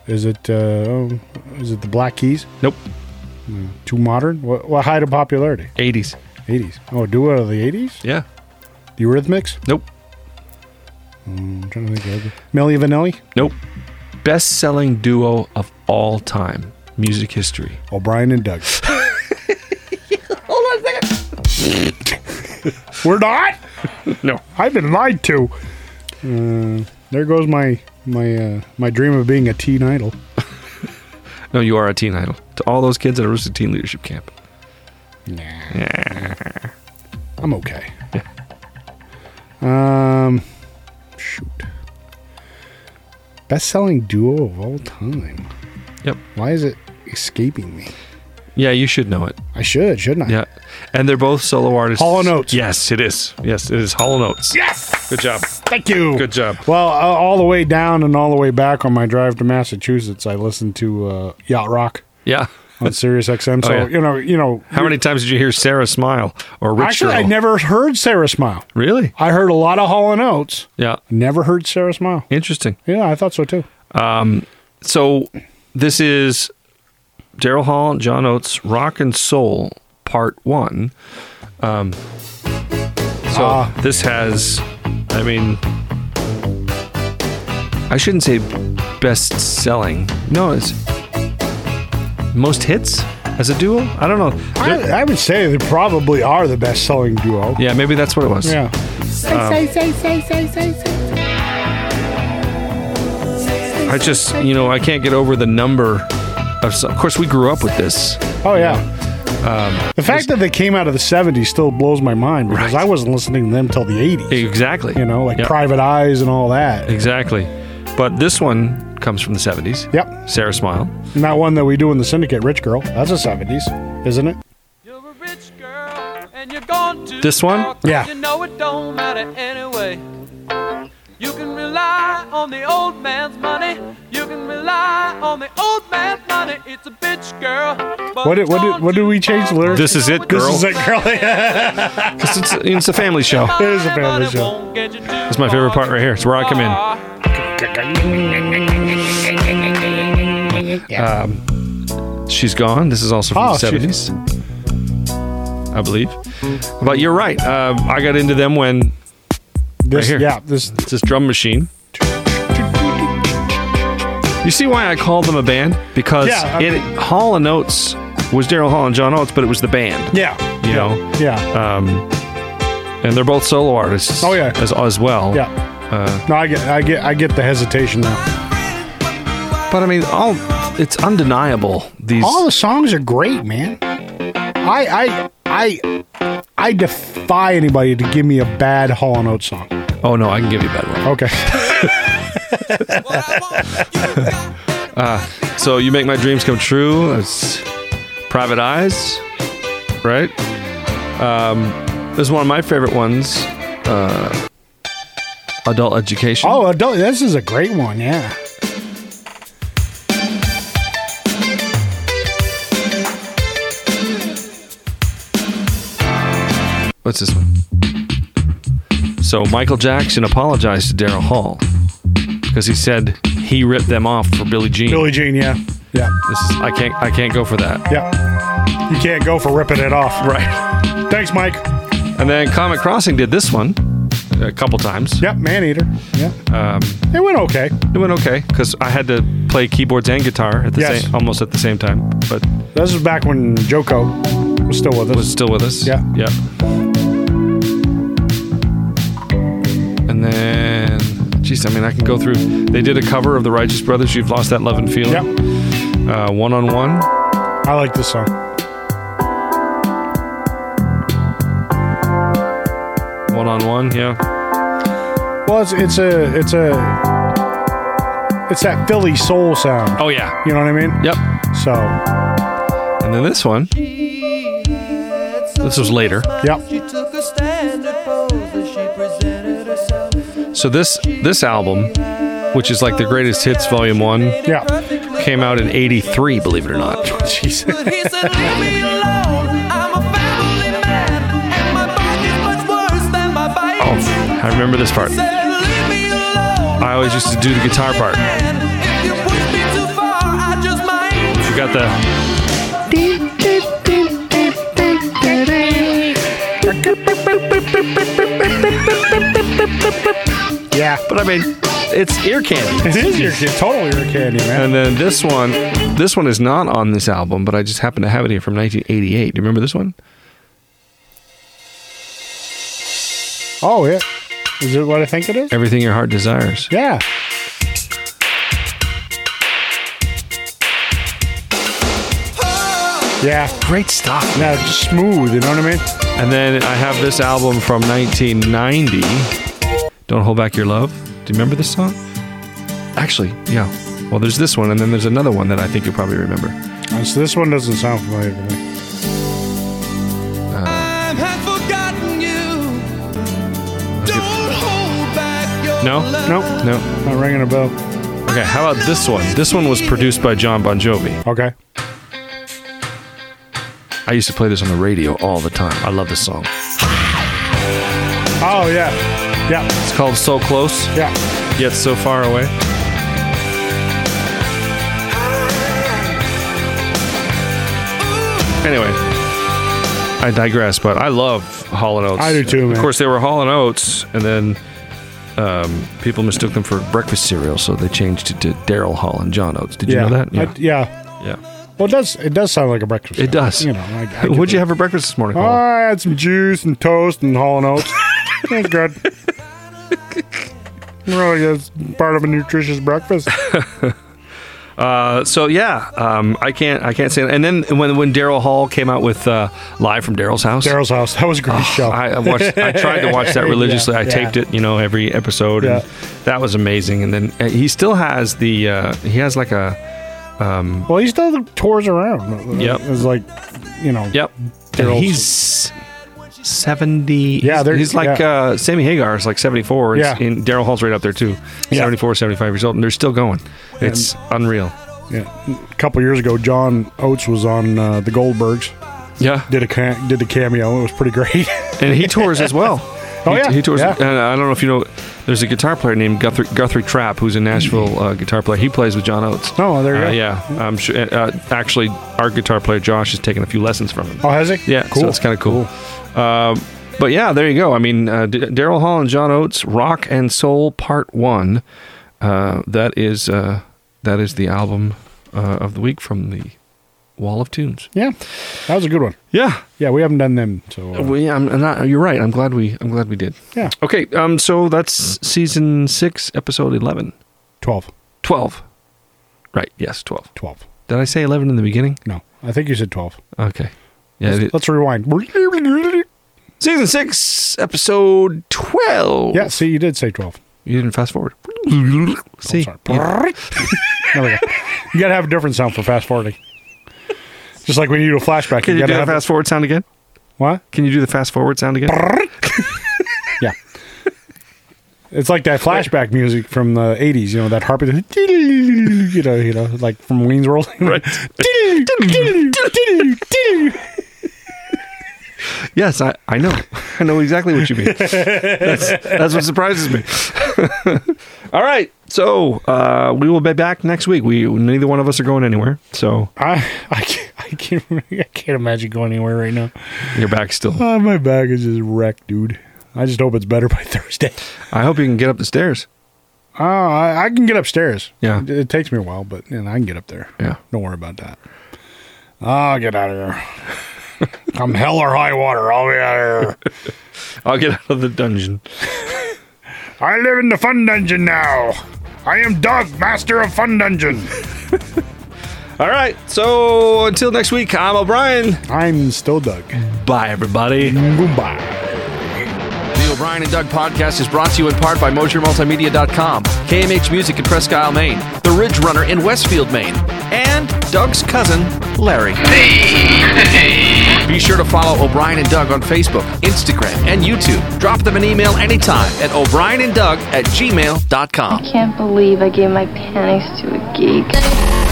Speaker 4: Is it uh, oh, is it the Black Keys?
Speaker 1: Nope.
Speaker 4: Too modern? What, what height of popularity?
Speaker 1: Eighties.
Speaker 4: Eighties. Oh, duo of the eighties.
Speaker 1: Yeah.
Speaker 4: The Eurythmics.
Speaker 1: Nope.
Speaker 4: I'm trying to think of other- Milli Vanilli.
Speaker 1: Nope. Best selling duo of all time. Music history.
Speaker 4: O'Brien and
Speaker 1: *laughs*
Speaker 4: Doug. We're not.
Speaker 1: *laughs* No.
Speaker 4: I've been lied to. Uh, there goes my my uh, my dream of being a teen idol.
Speaker 1: No, you are a teen idol. To all those kids at Arista Teen Leadership Camp.
Speaker 4: I'm okay.
Speaker 1: Yeah.
Speaker 4: Um, shoot. Best selling duo of all time.
Speaker 1: Yep.
Speaker 4: Why is it escaping me?
Speaker 1: Yeah, you should know it.
Speaker 4: I should, shouldn't I?
Speaker 1: Yeah. And they're both solo artists.
Speaker 4: Hall and Oates.
Speaker 1: Yes, it is. Yes, it is Hollow Notes.
Speaker 4: Yes.
Speaker 1: Good job.
Speaker 4: Thank you.
Speaker 1: Good job.
Speaker 4: Well, uh, all the way down and all the way back on my drive to Massachusetts, I listened to uh, Yacht Rock
Speaker 1: Yeah. *laughs*
Speaker 4: on Sirius XM. So
Speaker 1: Oh, yeah.
Speaker 4: you know, you know,
Speaker 1: How many times did you hear Sarah smile or Rich
Speaker 4: actually,
Speaker 1: Girl?
Speaker 4: I never heard Sarah Smile.
Speaker 1: Really?
Speaker 4: I heard a lot of Hall and Oates.
Speaker 1: Yeah.
Speaker 4: Never heard Sarah Smile.
Speaker 1: Interesting.
Speaker 4: Yeah, I thought so too.
Speaker 1: So this is Daryl Hall and John Oates Rock and Soul Part One. Um, so
Speaker 4: Ah.
Speaker 1: this has, I mean, I shouldn't say best selling. No, it's most hits as a duo. I don't know. They're-
Speaker 4: I, I would say they probably are the best selling duo.
Speaker 1: yeah, maybe that's what it was.
Speaker 4: Yeah.
Speaker 1: Um, I just, you know, I can't get over the number of. Some, of course, we grew up with this.
Speaker 4: Oh yeah.
Speaker 1: Um,
Speaker 4: the fact that they came out of the '70s still blows my mind because
Speaker 1: Right.
Speaker 4: I wasn't listening to them till the '80s.
Speaker 1: Exactly.
Speaker 4: You know, like
Speaker 1: Yep.
Speaker 4: Private Eyes and all that.
Speaker 1: Exactly. But this one comes from the 70s.
Speaker 4: Yep.
Speaker 1: Sarah Smile.
Speaker 4: And that one that we do in the Syndicate, Rich Girl. That's a '70s, isn't it?
Speaker 9: You're a rich girl and you're gone to
Speaker 1: This one?
Speaker 9: talk.
Speaker 4: Yeah.
Speaker 9: You know it don't matter anyway. You can rely on the old man's money. You can rely on the old man's money. It's a bitch girl. but
Speaker 4: What did-
Speaker 9: it's
Speaker 4: what did-
Speaker 9: gone
Speaker 4: what did
Speaker 9: too
Speaker 4: we change the
Speaker 9: far.
Speaker 4: lyrics?
Speaker 1: This is it, girl.
Speaker 4: This is it, girl. *laughs*
Speaker 1: It's, it's, it's a family show.
Speaker 4: It is a family show.
Speaker 9: That's
Speaker 1: It's my favorite part right here. It's where I come in. She's Gone. This is also from
Speaker 4: Oh,
Speaker 1: the
Speaker 4: she-
Speaker 1: 70s, I believe. But you're right. Uh, I got into them when
Speaker 4: this,
Speaker 1: here.
Speaker 4: Yeah, this.
Speaker 1: it's this drum machine. You see why I called them a band? Because
Speaker 4: Yeah, I-
Speaker 1: it, Hall and Oates was Daryl Hall and John Oates, but it was the band,
Speaker 4: Yeah.
Speaker 1: you know? Uh, Um,
Speaker 4: Yeah.
Speaker 1: And they're both solo artists
Speaker 4: Oh, yeah.
Speaker 1: as, as well.
Speaker 4: yeah.
Speaker 1: uh,
Speaker 4: no, I get, I get, I get the hesitation
Speaker 5: *laughs*
Speaker 4: now.
Speaker 1: But I mean, all it's undeniable. These
Speaker 4: All the songs are great, man. I, I, I, I defy anybody to give me a bad Hall and Oates song.
Speaker 1: oh no, I can give you a bad one.
Speaker 4: Okay. *laughs*
Speaker 1: So you make my dreams come true. That's Private Eyes, right? Um, this is one of my favorite ones. Uh, adult Education.
Speaker 4: Oh, adult, this is a great one. Yeah.
Speaker 1: What's this one? So Michael Jackson apologized to Daryl Hall because he said he ripped them off for Billie Jean.
Speaker 4: Billie Jean. Yeah. Yeah.
Speaker 1: This is, I can't. I can't go for that.
Speaker 4: Yeah. You can't go for ripping it off.
Speaker 1: Right.
Speaker 4: Thanks, Mike.
Speaker 1: And then Comet Crossing did this one a couple times.
Speaker 4: Yep, man eater. Yeah. it went okay.
Speaker 1: It went okay because I had to play keyboards and guitar at the
Speaker 4: Yes.
Speaker 1: same, almost at the same time. But
Speaker 4: This is back when Joko was still with us.
Speaker 1: was still with us.
Speaker 4: Yeah.
Speaker 1: Yeah. And then, geez, I mean, I can go through. They did a cover of the Righteous Brothers. You've lost that love and feeling.
Speaker 4: yep.
Speaker 1: Uh, one on one.
Speaker 4: I like this song.
Speaker 1: One on one. Yeah.
Speaker 4: Well, it's it's a it's a it's that Philly soul sound.
Speaker 1: Oh yeah.
Speaker 4: You know what I mean?
Speaker 1: Yep.
Speaker 4: So,
Speaker 1: And then this one. This was later.
Speaker 4: *laughs* yep.
Speaker 5: Took a standard pose as she presented herself.
Speaker 1: So this this album, which is like the greatest hits volume one,
Speaker 4: Yeah.
Speaker 1: came out in '83. Believe it or not. *laughs*
Speaker 4: Jeez.
Speaker 5: But he said, Leave me alone. I'm a family man. And my bike is much worse than my bike.
Speaker 1: Oh, I remember this part.
Speaker 5: Said, Leave me alone.
Speaker 1: I always used to do the guitar part.
Speaker 5: And if you push me too far, I just might.
Speaker 1: You got the.
Speaker 4: Yeah.
Speaker 1: But I mean, it's ear candy.
Speaker 4: It is your kid, totally your candy, man.
Speaker 1: And then this one, this one is not on this album, but I just happen to have it here from 1988. Do you remember this one?
Speaker 4: Oh, yeah. Is it what I think it is?
Speaker 1: Everything Your Heart Desires.
Speaker 4: Yeah. Yeah.
Speaker 1: Great stuff.
Speaker 4: Now it's smooth, you know what I mean?
Speaker 1: And then I have this album from 1990. Don't Hold Back Your Love. Do you remember this song? Actually, yeah. Well, there's this one, and then there's another one that I think you probably remember.
Speaker 4: Uh, So this one doesn't sound familiar to me.
Speaker 5: I had forgotten you. Don't hold back your
Speaker 1: No?
Speaker 4: Nope,
Speaker 1: No.
Speaker 4: not ringing a bell.
Speaker 1: Okay, how about this one? This one was produced by John Bon Jovi.
Speaker 4: Okay.
Speaker 1: I used to play this on the radio all the time. I love this song.
Speaker 4: Oh yeah, yeah,
Speaker 1: It's called So Close,
Speaker 4: yeah.
Speaker 1: Yet So Far Away. Anyway, I digress, but I love Hall and Oates.
Speaker 4: I do too,
Speaker 1: Of
Speaker 4: man.
Speaker 1: course, they were Hall and Oates, and then um, people mistook them for breakfast cereal, so they changed it to Daryl Hall and John Oates. Did you
Speaker 4: yeah.
Speaker 1: know that?
Speaker 4: I- yeah.
Speaker 1: yeah.
Speaker 4: Well, it does it does sound like a breakfast? sandwich,
Speaker 1: It does.
Speaker 4: You know.
Speaker 1: *laughs*
Speaker 4: I, I
Speaker 1: What'd
Speaker 4: get
Speaker 1: you have for breakfast this morning?
Speaker 4: it. Oh,
Speaker 1: Hall?
Speaker 4: I
Speaker 1: *laughs*
Speaker 4: had some juice and toast and Hall and Oats. That's good. Really, it's part of a nutritious breakfast.
Speaker 1: Uh, so yeah, um, I can't I can't say. And then when when Daryl Hall came out with uh, live from Daryl's house,
Speaker 4: Daryl's house. That was a great show.
Speaker 1: Oh, I I watched. I tried to watch *laughs* that religiously.
Speaker 4: Yeah,
Speaker 1: I
Speaker 4: yeah.
Speaker 1: taped it, you know, every episode, and
Speaker 4: Yeah.
Speaker 1: that was amazing. And then uh, he still has the. Uh, he has like a.
Speaker 4: well, he still tours around.
Speaker 1: Yep.
Speaker 4: It was like, you know.
Speaker 1: Yep.
Speaker 4: Daryl's-
Speaker 1: He's seventy.
Speaker 4: Yeah,
Speaker 1: he's,
Speaker 4: they're-
Speaker 1: he's like
Speaker 4: yeah.
Speaker 1: uh, Sammy Hagar is like seventy four.
Speaker 4: Yeah.
Speaker 1: and Daryl Hall's right up there too.
Speaker 4: Yeah.
Speaker 1: 74, 75 years old, and they're still going. It's unreal.
Speaker 4: Yeah. A couple years ago, John Oates was on uh, the Goldbergs.
Speaker 1: Yeah,
Speaker 4: Did a ca- did a cameo. It was pretty *laughs* great.
Speaker 1: and he tours as well.
Speaker 4: *laughs* Oh,
Speaker 1: he,
Speaker 4: yeah,
Speaker 1: he tours.
Speaker 4: yeah.
Speaker 1: And I don't know if you know, there's a guitar player named Guthrie, Guthrie Trapp who's a Nashville uh, guitar player. He plays with John Oates.
Speaker 4: Mm-hmm. Oh, there you
Speaker 1: Uh,
Speaker 4: go.
Speaker 1: yeah, I'm sure. Uh, actually, our guitar player Josh has taken a few lessons from him.
Speaker 4: oh, has he?
Speaker 1: Yeah,
Speaker 4: Cool.
Speaker 1: so it's kind of cool. Um, but yeah, there you go. I mean, uh, D- Daryl Hall and John Oates, Rock and Soul Part One. Uh, that is uh, that is the album uh, of the week from the Wall of Tunes.
Speaker 4: yeah. That was a good one.
Speaker 1: Yeah,
Speaker 4: Yeah, we haven't done them. So uh,
Speaker 1: we, I'm not. You're right. I'm glad we. I'm glad we did.
Speaker 4: yeah,
Speaker 1: Okay, um, so that's season six, episode 11.
Speaker 4: twelve.
Speaker 1: 12. Right, yes, 12.
Speaker 4: Twelve.
Speaker 1: Did I say 11 in the beginning?
Speaker 4: No, I think you said twelve.
Speaker 1: Okay. Yeah, it-
Speaker 4: Let's rewind.
Speaker 1: season six, episode 12.
Speaker 4: Yeah, see, you did say twelve.
Speaker 1: You didn't fast forward. See?
Speaker 4: Sorry. There we go. You gotta have a different sound for fast forwarding. Just like when you do a flashback,
Speaker 1: Can you
Speaker 4: gotta
Speaker 1: do the
Speaker 4: have
Speaker 1: fast forward sound again?
Speaker 4: What?
Speaker 1: Can you do the fast forward sound again?
Speaker 4: Yeah. It's like that flashback music from the '80s, you know, that harpy, you know, you know, like from Wayne's World. *laughs*
Speaker 1: Right. Yes, I, I know. *laughs* I know exactly what you mean. That's, that's what surprises me. *laughs* All right. So uh, we will be back next week. We neither one of us are going anywhere. So
Speaker 4: I, I can't, I can't, I can't imagine going anywhere right now.
Speaker 1: you're back still.
Speaker 4: Ah, my bag is just wrecked, dude. I just hope it's better by *laughs* Thursday.
Speaker 1: I hope you can get up the stairs.
Speaker 4: Oh, I, I can get upstairs.
Speaker 1: Yeah.
Speaker 4: It, it takes me a while, but you know, I can get up there.
Speaker 1: Yeah.
Speaker 4: Don't worry about that. I'll get out of here. *laughs* Come hell or high water, I'll be out of here.
Speaker 1: I'll get out of the dungeon.
Speaker 4: I live in the fun dungeon now. I am Doug, master of fun dungeon.
Speaker 1: All right. So until next week, I'm O'Brien.
Speaker 4: I'm still Doug.
Speaker 1: Bye, everybody.
Speaker 4: Goodbye.
Speaker 8: The O'Brien and Doug podcast is brought to you in part by MosierMultimedia.com, KMH Music in Presque Isle, Maine, The Ridge Runner in Westfield, Maine, and Doug's cousin, Larry. Be sure to follow O'Brien and Doug on Facebook, Instagram, and YouTube. Drop them an email anytime at O'Brien and Doug at gmail.com.
Speaker 10: I can't believe I gave my panties to a geek.
Speaker 3: Doug